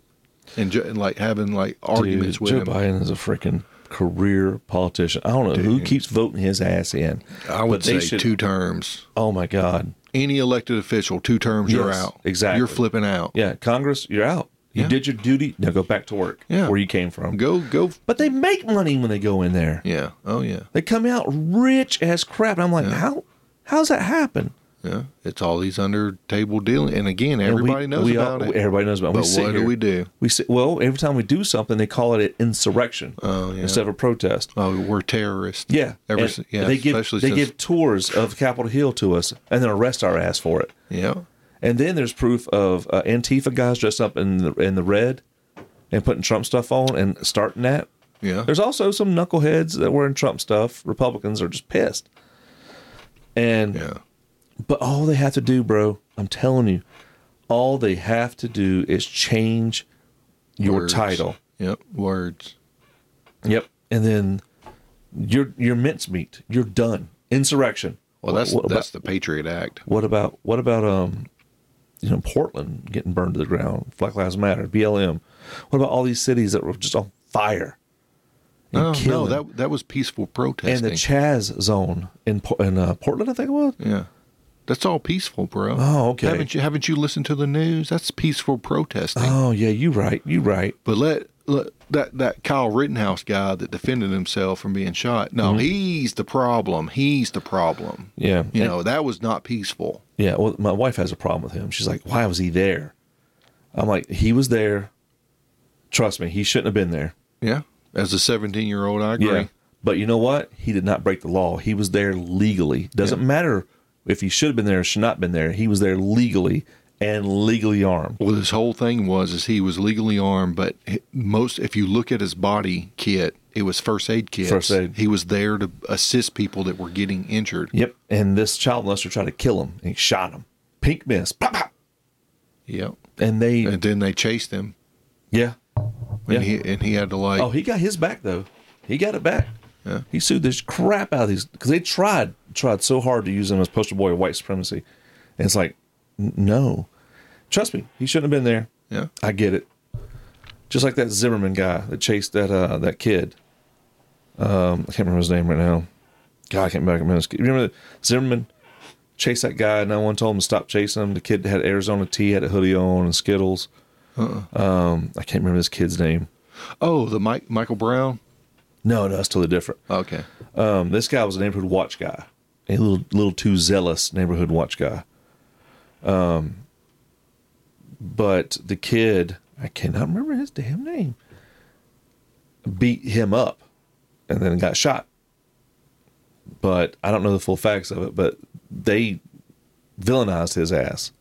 B: and, jo- and like having like arguments
A: Dude,
B: with
A: Joe
B: him.
A: Biden is a freaking career politician. I don't know who keeps voting his ass in.
B: I would
A: but they
B: say
A: should-
B: two terms.
A: Oh my God.
B: Any elected official, two terms, you're
A: Yes,
B: out.
A: exactly.
B: You're flipping out.
A: Yeah, Congress, you're out. You
B: Yeah.
A: did your duty. Now go back to work.
B: Yeah.
A: Where you came from.
B: Go go.
A: But they make money when they go in there.
B: Yeah. Oh yeah.
A: They come out rich as crap. And I'm like, how how's that happen?
B: Yeah, it's all these under table dealing, and again,
A: And we-
B: everybody knows
A: we all-
B: about it.
A: Everybody knows about it.
B: But
A: We sit
B: what do
A: here-
B: we do?
A: We sit, well, every time we do something, they call it an insurrection
B: Oh, yeah.
A: instead of a protest.
B: Oh, we're terrorists.
A: Yeah,
B: ever
A: and
B: si- yeah,
A: They give
B: especially
A: they
B: since,
A: give tours of Capitol Hill to us, and then arrest our ass for it.
B: yeah,
A: And then there's proof of uh, Antifa guys dressed up in the in the red and putting Trump stuff on and starting that.
B: yeah.
A: There's also some knuckleheads that wearing Trump stuff. Republicans are just pissed. And
B: yeah,
A: but all they have to do, bro, I'm telling you, all they have to do is change your
B: Words.
A: title.
B: Yep, words.
A: Yep. And then you're you're mincemeat. You're done. Insurrection.
B: Well, that's
A: What- what
B: that's
A: about-
B: the Patriot Act.
A: What about what about um, you know, Portland getting burned to the ground? Black Lives Matter, BLM. What about all these cities that were just on fire? and
B: Oh, No, no,
A: killing?
B: that that was peaceful
A: and
B: protesting.
A: the Chaz zone in Po- in uh, Portland, I think it was.
B: yeah, that's all peaceful, bro.
A: Oh, okay.
B: Haven't you haven't you listened to the news? That's peaceful protesting.
A: Oh yeah, you right, you right.
B: But let, let that that Kyle Rittenhouse guy that defended himself from being shot.
A: Mm-hmm.
B: No, he's the problem. He's the problem.
A: Yeah,
B: You know that was not peaceful.
A: yeah. Well, my wife has a problem with him. She's like, "Why was he there?" I'm like, "He was there. Trust me, he shouldn't have been there."
B: Yeah. As a 17 year old, I agree.
A: Yeah. But you know what? He did not break the law. He was there legally. Doesn't matter if he should have been there or should not have been there. He was there legally and legally armed.
B: Well, his whole thing was is he was legally armed, but h- most if you look at his body kit, It was first aid kits.
A: First aid.
B: He was there to assist people that were getting injured.
A: Yep. And this child molester tried to kill him and he shot him. Pink miss. Pop, pop.
B: Yep.
A: And they,
B: And then they chased him,
A: yeah.
B: and
A: Yeah.
B: he and he had to like.
A: Oh, he got his back though. He got it back.
B: Yeah.
A: He sued this crap out of these because they tried tried so hard to use him as poster boy of white supremacy, and it's like, n- no, trust me, he shouldn't have been there.
B: Yeah.
A: I get it. Just like that Zimmerman guy that chased that uh, that kid. Um, I can't remember his name right now. God, I can't remember his. You remember that Zimmerman chased that guy, and no one told him to stop chasing him. The kid had Arizona tea, had a hoodie on, and Skittles. Um, I can't remember this kid's name.
B: Oh, the Mike Michael Brown.
A: No, no, that's totally different.
B: Okay.
A: Um, this guy was a neighborhood watch guy, a little little too zealous neighborhood watch guy. Um, but the kid, I cannot remember his damn name, beat him up, and then got shot. But I don't know the full facts of it. But they villainized his ass.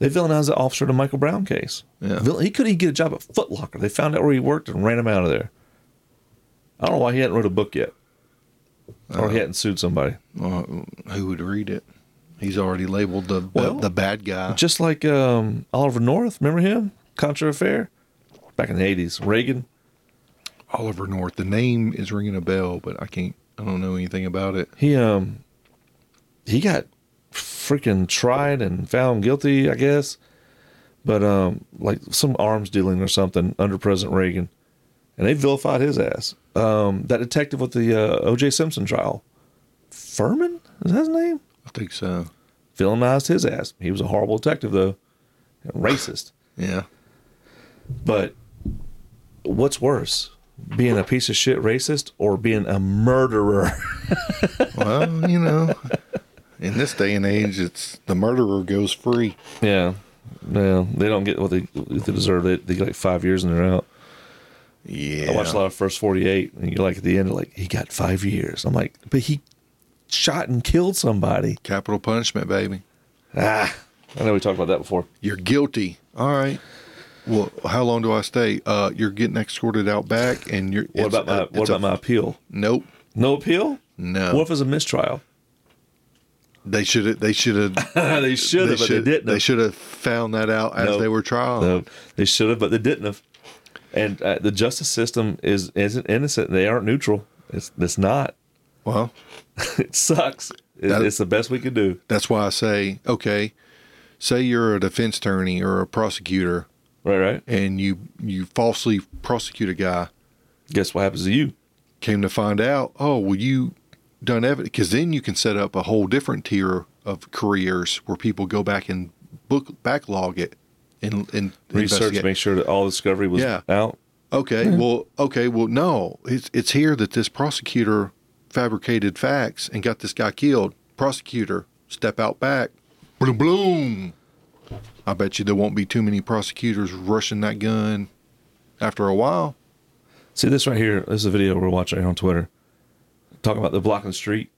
A: They villainized the officer in the Michael Brown case.
B: Yeah.
A: Villain- He couldn't even get a job at Foot Locker. They found out where he worked and ran him out of there. I don't know why he hadn't wrote a book yet, or he hadn't sued somebody.
B: Uh, who would read it? He's already labeled the
A: Well,
B: the, the bad guy.
A: Just like um, Oliver North, remember him? Contra Affair, back in the eighties. Reagan.
B: Oliver North. The name is ringing a bell, but I can't. I don't know anything about it.
A: He um, he got freaking tried and found guilty, I guess. But um, like some arms dealing or something under President Reagan, and they vilified his ass. Um, that detective with the uh, O.J. Simpson trial, Furman is that his name?
B: I think so.
A: Villainized his ass. He was a horrible detective though, and racist.
B: Yeah.
A: But what's worse, being a piece of shit racist or being a murderer?
B: Well, you know, in this day and age, it's the murderer goes free.
A: *laughs* yeah. No, they don't get what they, they deserve. They, they get like five years and they're out.
B: Yeah.
A: I watched a lot of First 48, and you're like at the end, like, he got five years. I'm like, but he shot and killed somebody.
B: Capital punishment, baby.
A: Ah, I know we talked about that before.
B: You're guilty. All right. Well, how long do I stay? Uh, you're getting escorted out back, and you're.
A: What about my What about my appeal?
B: Nope.
A: No appeal?
B: No.
A: What if it's a *laughs* mistrial?
B: They should have. They should
A: *laughs*
B: have.
A: they should have, but they didn't.
B: They should have found that out as
A: Nope.
B: they were trialing.
A: No, they should have, but they didn't have. And uh, the justice system is isn't innocent. They aren't neutral. It's it's not. *laughs*
B: Well,
A: It sucks. It,
B: That-
A: it's the best we can do.
B: that's why I say, okay, say you're a defense attorney or a prosecutor,
A: Right, right.
B: and you you falsely prosecute a guy.
A: Guess what happens to you?
B: came to find out, oh, well, you done evidence because then you can set up a whole different tier of careers where people go back and book backlog it and and
A: Research,
B: investigate.
A: make sure that all discovery was
B: Yeah.
A: out.
B: Okay, well, okay, well, no, it's it's here that this prosecutor fabricated facts and got this guy killed. Prosecutor, step out back, bloom, bloom. I bet you there won't be too many prosecutors rushing that gun after a while.
A: See this right here. This is a video we're watching on Twitter, talking about the blocking the street.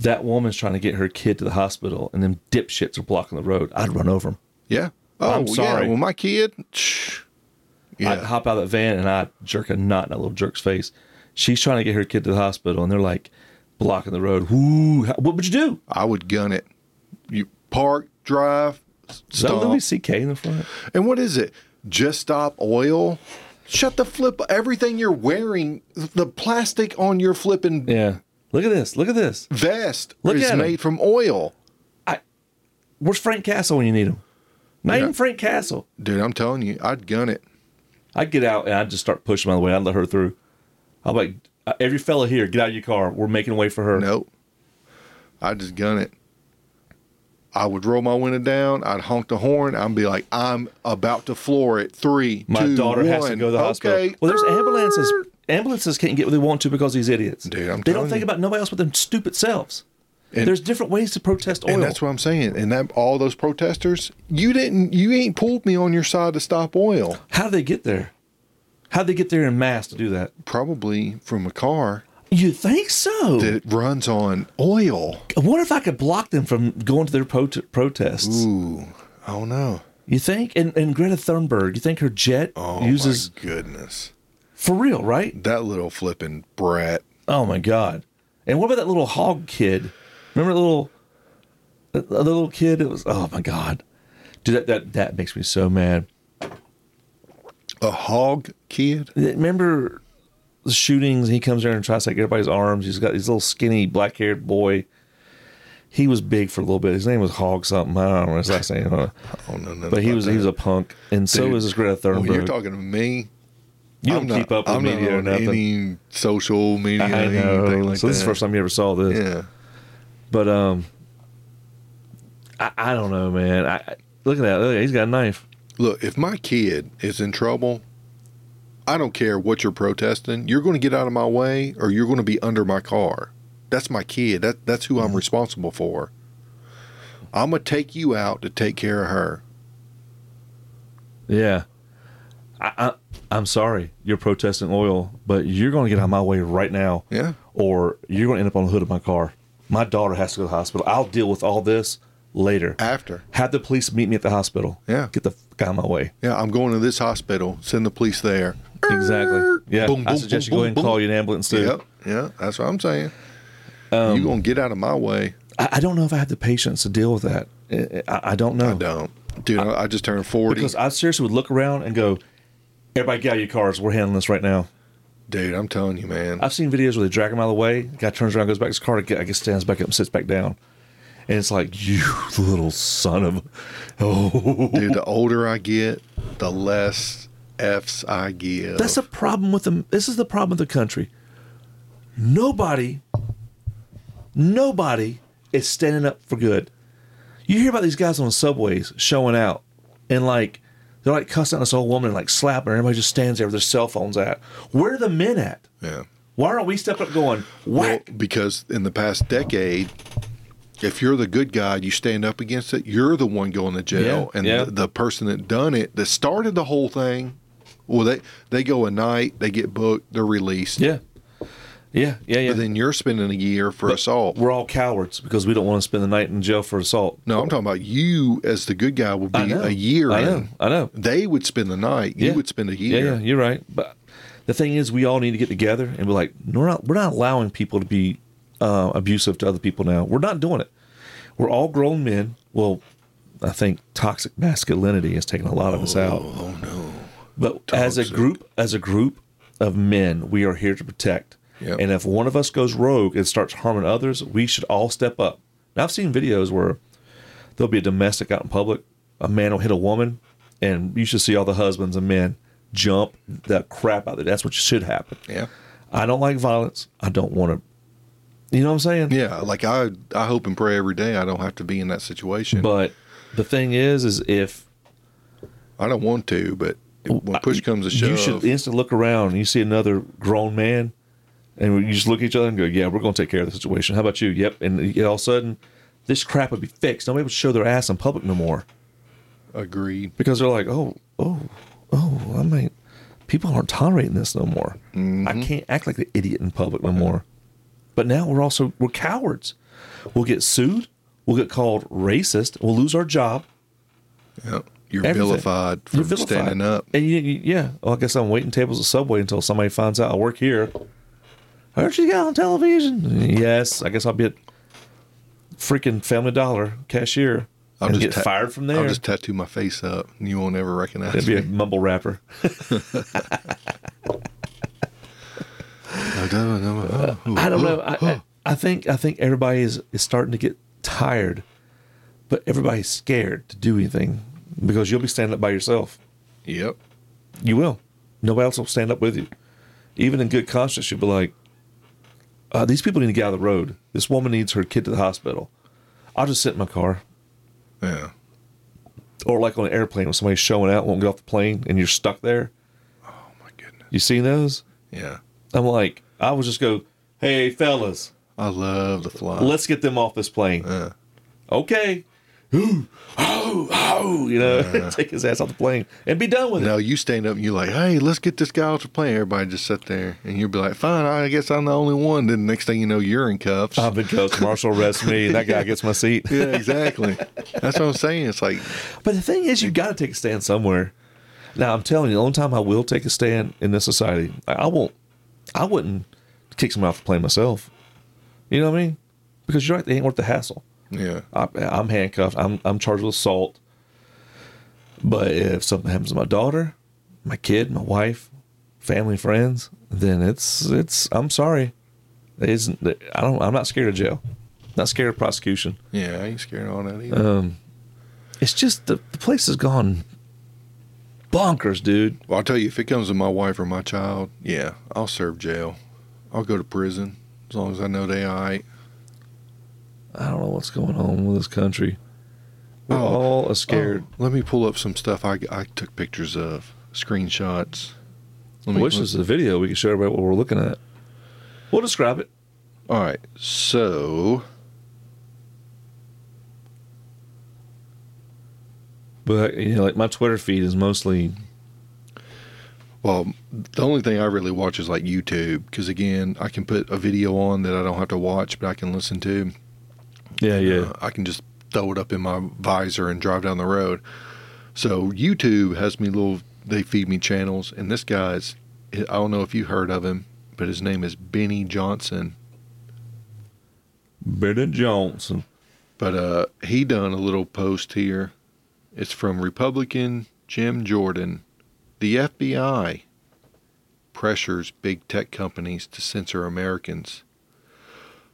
A: That woman's trying to get her kid to the hospital, and them dipshits are blocking the road. I'd run over them.
B: Yeah. Oh,
A: I'm
B: yeah.
A: sorry.
B: Well, my kid. Shh.
A: I'd hop out of that van and I'd jerk a knot in that little jerk's face. She's trying to get her kid to the hospital and they're like blocking the road. Whoo, how- what would you do?
B: I would gun it. You park, drive,
A: Is that
B: stop.
A: Louis C.K. in the front?
B: And what is it? Just stop oil. Shut the flip. Everything you're wearing, the plastic on your flipping
A: Yeah. Look at this. Look at this.
B: vest
A: Look
B: is
A: at 'em.
B: made from oil.
A: Where's Frank Castle when you need him? Not even Frank Castle.
B: Dude, I'm telling you, I'd gun it.
A: I'd get out and I'd just start pushing my way. I'd let her through. I'm like, every fella here, get out of your car. We're making way for her.
B: Nope. I'd just gun it. I would roll my window down. I'd honk the horn. I'd be like, I'm about to floor it. Three,
A: My
B: two,
A: daughter has to
B: one.
A: go to the hospital.
B: Okay.
A: Well, there's ambulances. Ambulances can't get what they want to because of these idiots.
B: Dude, I'm
A: they
B: telling
A: don't think
B: you.
A: about nobody else but them stupid selves.
B: And-
A: there's different ways to protest oil.
B: And that's what I'm saying. And that all those protesters, you didn't, you ain't pulled me on your side to stop oil.
A: How do they get there? How do they get there in mass to do that?
B: Probably from a car
A: You think so?
B: that runs on oil.
A: I wonder if I could block them from going to their pro- protests.
B: Ooh, I don't know.
A: You think? And, and Greta Thunberg, you think her jet
B: Oh
A: uses
B: my goodness.
A: For real, right?
B: That little flipping brat.
A: Oh my god! And what about that little hog kid? Remember the little, the the little kid that was. Oh my god, dude, that that, that makes me so mad.
B: A hog kid?
A: Remember the shootings? He comes down and tries to take everybody's arms. He's got this little skinny black haired boy. He was big for a little bit. His name was Hog something. I don't remember his last name, uh,
B: Oh no, no.
A: but he
B: about
A: was
B: that.
A: he was a punk, and so
B: Dude,
A: was this Greta
B: When you're
A: Thunberg.
B: talking to me,
A: you don't
B: I'm not-
A: keep up with
B: I'm not
A: media or
B: on
A: nothing.
B: Any social media,
A: I know.
B: anything like
A: so
B: that.
A: this is the first time you ever saw this.
B: Yeah.
A: But um, I, I don't know, man. I- I look at that. Look, he's got a knife.
B: Look, if my kid is in trouble, I don't care what you're protesting. You're going to get out of my way, or you're going to be under my car. That's my kid. That that's who
A: Mm-hmm.
B: I'm responsible for. I'm gonna take you out to take care of her.
A: Yeah. I, I I'm sorry. You're protesting oil, but you're going to get out of my way right now,
B: Yeah.
A: or you're going to end up on the hood of my car. My daughter has to go to the hospital. I'll deal with all this later.
B: After.
A: Have the police meet me at the hospital.
B: Yeah.
A: Get the fuck out of my way.
B: Yeah, I'm going to this hospital. Send the police there.
A: Exactly. Yeah.
B: Boom,
A: I
B: boom,
A: suggest
B: boom,
A: you go ahead and
B: boom,
A: call
B: boom.
A: you an ambulance too.
B: Yep. Yeah, that's what I'm saying.
A: Um,
B: you gonna get out of my way?
A: I, I don't know if I have the patience to deal with that. I- I, I don't know.
B: I don't, dude. I, I just turned forty,
A: Oh. Because I seriously would look around and go, everybody get out of your cars. We're handling this right now.
B: dude. I'm telling you, man.
A: I've seen videos where they drag him out of the way. The guy turns around, goes back to his car. The guy gets- stands back up and sits back down. And it's like, you *laughs* little son of. Oh.
B: Dude, the older I get, the less f's I give.
A: That's the problem with them. This is the problem with the country. Nobody, nobody is standing up for good. You hear about these guys on the subways showing out and like they're like cussing out this old woman and like slapping her. Everybody just stands there with their cell phones at. Where are the men at?
B: yeah.
A: Why aren't we stepping up going,
B: Well,
A: whack?
B: because in the past decade, if you're the good guy, you stand up against it. You're the one going to jail,
A: Yeah,
B: and
A: yeah.
B: The, the person that done it, that started the whole thing, well, they they go a night, they get booked, they're released.
A: yeah. Yeah, yeah, yeah.
B: But then you're spending a year for assault.
A: We're all cowards because we don't want to spend the night in jail for assault.
B: No, I'm talking about you as the good guy would
A: I
B: be
A: know.
B: a year
A: I
B: in.
A: know. I know.
B: They would spend the night.
A: Yeah.
B: You would spend a
A: Yeah,
B: year.
A: yeah, you're right. But the thing is, we all need to get together and be like, we're not, we're not allowing people to be uh, abusive to other people now. We're not doing it. We're all grown men. Well, I think toxic masculinity has taken a lot of us out. Oh no! But as a group, as a group of men, we are here to protect.
B: Yep.
A: And if one of us goes rogue and starts harming others, we should all step up. Now, I've seen videos where there'll be a domestic out in public. A man will hit a woman, and you should see all the husbands and men jump the crap out of it. That's what should happen.
B: Yeah.
A: I don't like violence. I don't want to. You know what I'm saying?
B: Yeah, like I, I hope and pray every day I don't have to be in that situation.
A: But the thing is, is if
B: I don't want to, but when push comes to shove,
A: Oh, you should instantly look around and you see another grown man, and you just look at each other and go, "Yeah, we're going to take care of the situation." How about you? Yep. And all of a sudden, this crap would be fixed. Nobody would show their ass in public no more.
B: agreed.
A: because they're like, oh, oh, oh, I mean, people aren't tolerating this no more.
B: Mm-hmm.
A: I can't act like the idiot in public no more. But now we're also we're cowards. We'll get sued. We'll get called racist. We'll lose our job.
B: Yeah. You're
A: everything.
B: vilified for
A: You're vilified.
B: standing up.
A: And you, you- yeah, well, I guess I'm waiting tables at Subway until somebody finds out I work here. I heard you got on television. Yes, I guess I'll be at freaking Family Dollar cashier
B: I'll
A: and get
B: ta-
A: fired from there.
B: I'll just tattoo my face up, and you won't ever recognize
A: That'd be
B: me.
A: a mumble rapper.
B: I don't know.
A: Uh, I don't know. I, I, I think I think everybody is, is starting to get tired, but everybody's scared to do anything because you'll be standing up by yourself.
B: Yep.
A: You will. Nobody else will stand up with you. Even in good conscience, you'll be like, uh, "These people need to get out of the road. This woman needs her kid to the hospital. I'll just sit in my car."
B: Yeah.
A: Or like on an airplane when somebody's showing out, won't get off the plane, and you're stuck there.
B: Oh my goodness.
A: You seen those?
B: Yeah.
A: I'm like, I would just go, "Hey, fellas,
B: I love the fly.
A: let's get them off this plane."
B: Uh-huh. Yeah.
A: okay. *gasps* Ooh, oh, oh, you know, *laughs* take his ass off the plane and be done with it.
B: Now you stand up and you're like, hey, let's get this guy off the plane. Everybody just sit there, and you'll be like, fine, I guess I'm the only one. Then next thing you know, you're in cuffs.
A: I've been coached. Marshall arrests me. and That guy gets my seat.
B: yeah, exactly. That's what I'm saying. It's like,
A: But the thing is, you got to take a stand somewhere. Now I'm telling you, the only time I will take a stand in this society, I, I won't. I wouldn't kick someone out for playing myself. You know what I mean? Because you're right, they ain't worth the hassle.
B: Yeah.
A: I, I'm handcuffed. I'm I'm charged with assault. But if something happens to my daughter, my kid, my wife, family, friends, then it's it's. I'm sorry. It's, I don't. I'm not scared of jail. Not scared of prosecution.
B: Yeah, I ain't scared of all that either.
A: Um, it's just the, the place has gone bonkers, dude.
B: Well, I'll tell you, if it comes to my wife or my child, yeah, I'll serve jail. I'll go to prison as long as I know they all right.
A: I don't know what's going on with this country. We're
B: Oh,
A: all are scared.
B: Oh, let me pull up some stuff I, I took pictures of, screenshots. Let
A: I wish this was a video we could show everybody what we're looking at. We'll describe it.
B: All right, so
A: But you know, like my Twitter feed is mostly
B: well, the only thing I really watch is like YouTube because again, I can put a video on that I don't have to watch, but I can listen to.
A: yeah,
B: Uh, I can just throw it up in my visor and drive down the road. So YouTube has me little. They feed me channels, and this guy's. I don't know if you heard of him, but his name is Benny Johnson.
A: Bennett Johnson.
B: But uh, he done a little post here. It's from Republican Jim Jordan. The FBI pressures big tech companies to censor Americans.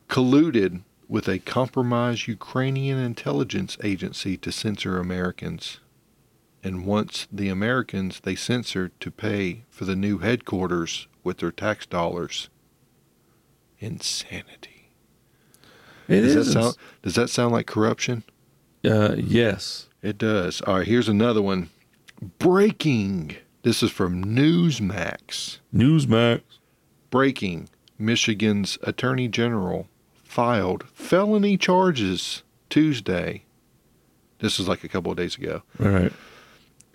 B: Colluded with a compromised Ukrainian intelligence agency to censor Americans. And wants the Americans they censored to pay for the new headquarters with their tax dollars. Insanity.
A: It
B: Does
A: is.
B: that sound, does that sound like corruption?
A: uh, yes.
B: It does. All right, here's another one. Breaking. This is from Newsmax.
A: Newsmax.
B: Breaking. Michigan's Attorney General filed felony charges Tuesday. This is like a couple of days ago.
A: All right.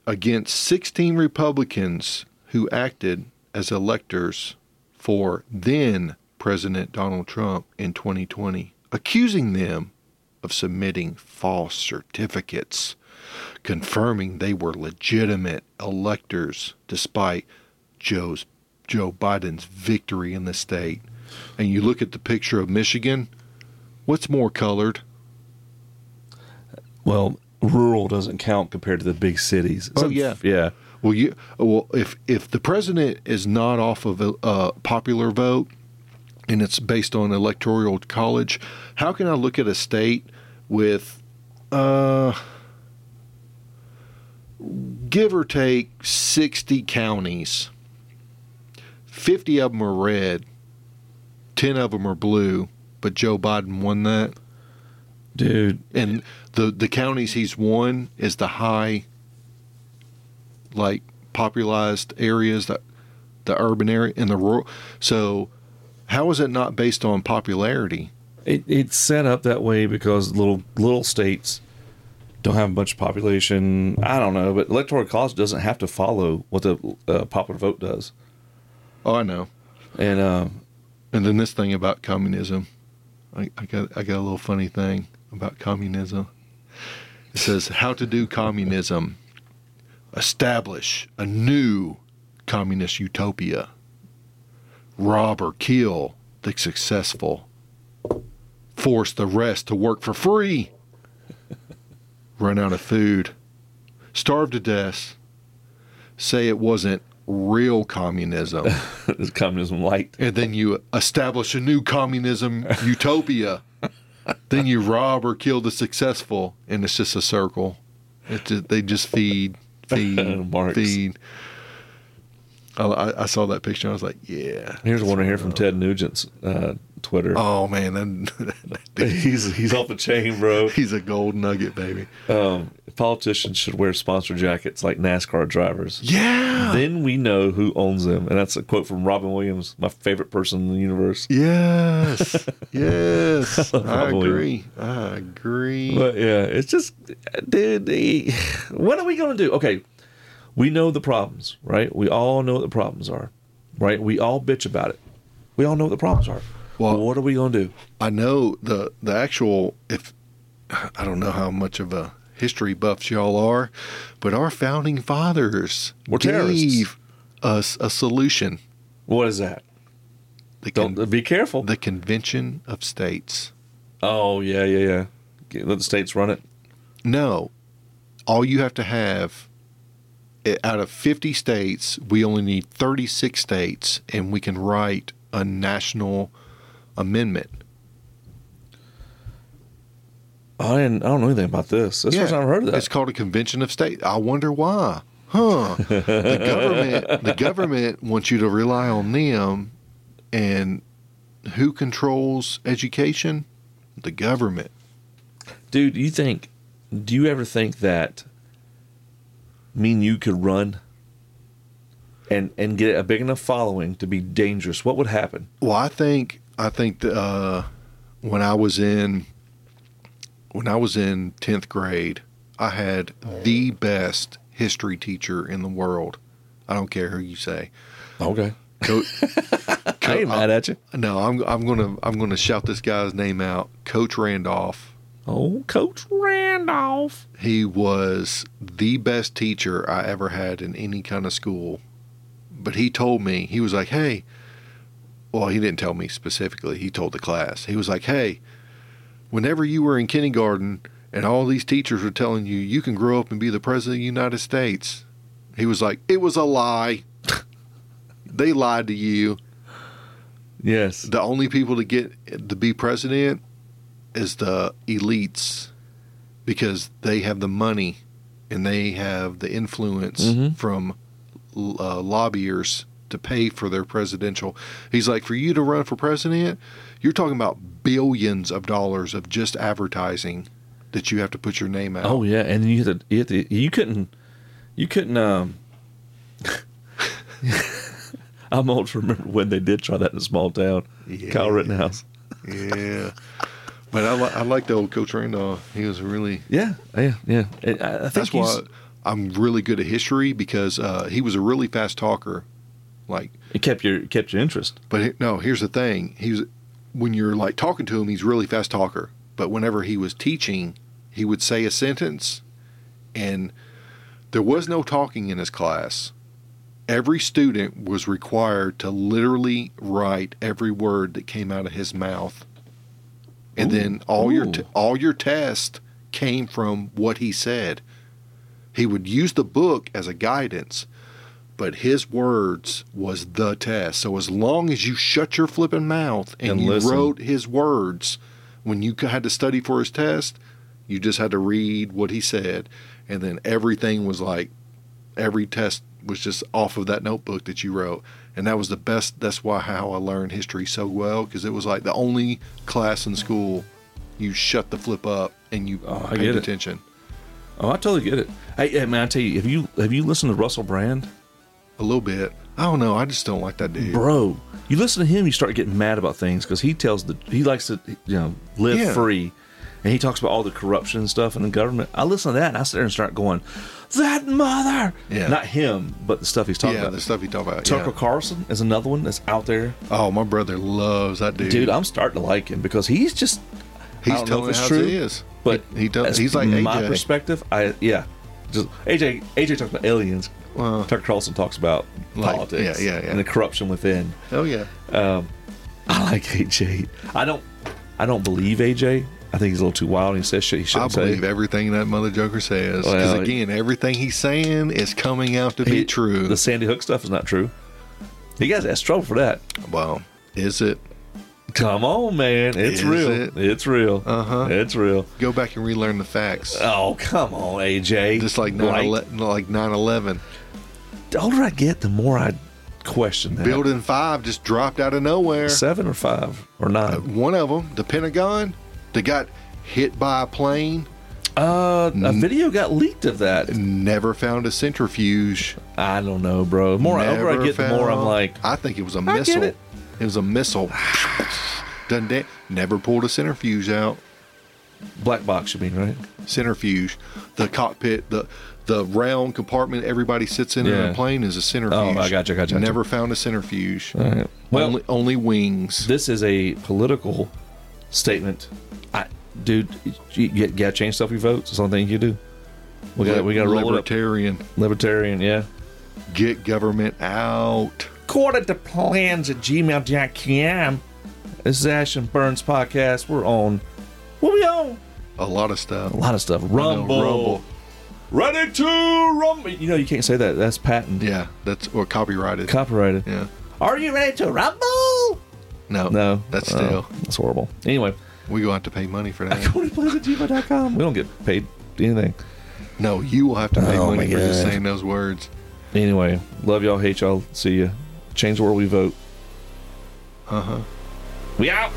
B: Against 16 Republicans who acted as electors for then President Donald Trump in 2020, accusing them of submitting false certificates, confirming they were legitimate electors despite Joe's Joe Biden's victory in the state. And you look at the picture of Michigan, what's more colored?
A: Well, rural doesn't count compared to the big cities.
B: Oh,
A: Some-
B: yeah.
A: yeah.
B: Well, you well if if the president is not off of a, a popular vote and it's based on electoral college, how can I look at a state with uh give or take 60 counties. 50 of them are red, 10 of them are blue, but Joe Biden won that
A: Dude,
B: and the the counties he's won is the high like popularized areas the the urban area and the rural so how is it not based on popularity
A: it, it's set up that way because little little states don't have much population. I don't know, but electoral college doesn't have to follow what the uh, popular vote does.
B: oh i know
A: And um,
B: and then this thing about communism i, I got i got a little funny thing about communism it says how to do communism establish a new communist utopia rob or kill the successful force the rest to work for free run out of food starve to death say it wasn't real communism
A: *laughs* it's communism light.
B: and then you establish a
A: *laughs*
B: new communism utopia. then you rob or kill the successful, and it's just a circle. It's just, they just feed,
A: *laughs*
B: feed,
A: Marx.
B: feed. I, I- I saw that picture. I was like, yeah.
A: Here's one here from Ted Nugent's uh, Twitter.
B: Oh man, that, *laughs* that dude,
A: He's *laughs* he's off the chain, bro.
B: *laughs* he's a gold nugget, baby.
A: Um, politicians should wear sponsor jackets like NASCAR drivers.
B: Yeah,
A: *laughs* Then we know who owns them, and that's a quote from Robin Williams, my favorite person in the universe.
B: yes,
A: *laughs*
B: yes. I
A: Probably.
B: agree. I agree.
A: But yeah, it's just, dude. The, *sighs* what are we gonna do? Okay, we know the problems, right? We all know what the problems are, right? We all bitch about it. We all know what the problems are. Well,
B: Well-
A: what are we gonna do?
B: I know the the actual if I don't know how much of a history buffs y'all are, but our founding fathers
A: We're terrorists.
B: gave us a solution.
A: What is that?
B: The, con-
A: Don't be careful.
B: the Convention of States.
A: oh yeah, yeah, yeah. Get- Let the states run it.
B: No, all you have to have i- out of 50 states, we only need 36 states, and we can write a national amendment.
A: I didn't. I don't know anything about this. That's the first time I've heard of that.
B: It's called a convention of state. I wonder why. Huh. the
A: *laughs*
B: government the government wants you to rely on them and who controls education? The government.
A: Dude, you think? Do you ever think that me and you could run and and get a big enough following to be dangerous? What would happen?
B: Well, I think I think uh, when I was in when I was in tenth grade, I had the best history teacher in the world. I don't care who you say.
A: Okay, Uh,
B: Co-
A: *laughs* I ain't mad at you.
B: uh, no, I'm I'm gonna I'm gonna shout this guy's name out, Coach Randolph.
A: Oh, Coach Randolph.
B: He was the best teacher I ever had in any kind of school. But he told me, he was like, hey, well, he didn't tell me specifically. He told the class. He was like, hey, whenever you were in kindergarten and all these teachers were telling you, you can grow up and be the president of the United States, he was like, it was a lie. *laughs* they lied to you.
A: Yes.
B: The only people to get to be president is the elites because they have the money and they have the influence
A: Mhm.
B: from l- uh, lobbyers to pay for their presidential. He's like, for you to run for president, you're talking about billions of dollars of just advertising that you have to put your name out.
A: Oh yeah, and you had to, you, had to, you couldn't you couldn't um *laughs* I'm old to remember when they did try that in a small town.
B: Yeah.
A: Kyle Rittenhouse.
B: yeah. But I, li- I like the old Coach Randolph. He was really
A: Yeah, yeah, yeah. And I, I think
B: That's
A: you
B: why
A: s-
B: I'm really good at history because uh, he was a really fast talker. Like,
A: it kept your it kept your interest.
B: but he- no, here's the thing: he's when you're like talking to him, he's really fast talker. But whenever he was teaching, he would say a sentence, and there was no talking in his class. Every student was required to literally write every word that came out of his mouth, and
A: Ooh.
B: then all your
A: Ooh.
B: t- all your tests came from what he said. He would use the book as a guidance, but his words was the test. So as long as you shut your flipping mouth and,
A: And
B: you
A: listen.
B: wrote his words when you had to study for his test, you just had to read what he said, and then everything was like every test was just off of that notebook that you wrote. And that was the best. That's why how I learned history so well because it was like the only class in school you shut the flip up and you
A: Oh, I
B: paid
A: get it.
B: attention.
A: Oh, I totally get it. Hey, I man, I tell you, have you have you listened to Russell Brand?
B: A little bit. I don't know. I just don't like that dude.
A: Bro, you listen to him, you start getting mad about things because he tells the he likes to you know live
B: Yeah.
A: free, and he talks about all the corruption and stuff in the government. I listen to that and I sit there and start going, "That mother!"
B: Yeah.
A: Not him, but the stuff he's talking
B: yeah,
A: about.
B: the stuff you talk about.
A: Tucker
B: Yeah.
A: Carlson is another one that's out there,
B: Oh, my brother loves that dude.
A: dude. I'm starting to like him because he's just I
B: he's
A: don't know
B: telling
A: if it's
B: how
A: true,
B: it is.
A: but
B: he, he does.
A: as
B: He's like
A: my
B: AJ.
A: perspective. I yeah, just AJ AJ talks about aliens.
B: Well-
A: Tucker Carlson talks about
B: Like,
A: politics
B: yeah, yeah, yeah.
A: and the corruption within.
B: oh yeah.
A: I like AJ. I don't. I don't believe AJ. I think he's a little too wild. and He says shit he
B: I
A: shouldn't
B: believe
A: say.
B: everything that mother joker says because
A: Well,
B: again, everything he's saying is coming out to be
A: He-
B: true.
A: The Sandy Hook stuff is not true. He guys asked trouble for that.
B: well, is it?
A: Come on, man. It's
B: Is
A: real.
B: it?
A: It's real.
B: Uh-huh.
A: It's real.
B: Go back and relearn the facts.
A: Oh, come on, AJ.
B: Just like
A: Right?
B: 9 like 9/11.
A: The older I get, the more I question that.
B: Building 5 just dropped out of nowhere.
A: Seven or five or nine.
B: One of them, the Pentagon, that got hit by a plane, Oh.
A: Uh,
B: Mm.
A: a video got leaked of that.
B: never found a centrifuge.
A: I don't know, bro. The more I-
B: never
A: older I get, the more I'm
B: found-
A: like,
B: I think it was a
A: get
B: missile.
A: it.
B: It. was a missile. Done that. Never pulled a centrifuge out.
A: black box. You mean right?
B: centrifuge. The cockpit, the the round compartment everybody sits in in
A: Yeah.
B: a plane is a centrifuge.
A: Oh, I gotcha, gotcha, gotcha.
B: Never found a centrifuge.
A: right. Well-
B: only, only wings.
A: this is a political statement. I, dude, you, you got to change stuff your votes. It's the only thing you can do. We got we got to roll it up.
B: libertarian.
A: Libertarian, yeah.
B: Get government out.
A: According to plans at gmail.com, this is Ash and Burns podcast. We're on. What we on?
B: A lot of stuff.
A: A lot of stuff.
B: I know,
A: Rumble. Ready to rumble. You know, you can't say that. That's patent.
B: Yeah, that's or copyrighted.
A: Copyrighted.
B: yeah.
A: Are you ready to rumble?
B: No.
A: No.
B: That's
A: Oh,
B: still.
A: that's horrible. Anyway,
B: We gonna have to pay money for
A: *laughs*
B: that.
A: according to plans at gmail.com, we don't get paid anything.
B: No, you will have to pay
A: Oh,
B: money
A: my
B: for just
A: God.
B: saying those words.
A: Anyway, love y'all, hate y'all. See ya. Change the world we vote.
B: Uh huh.
A: We out.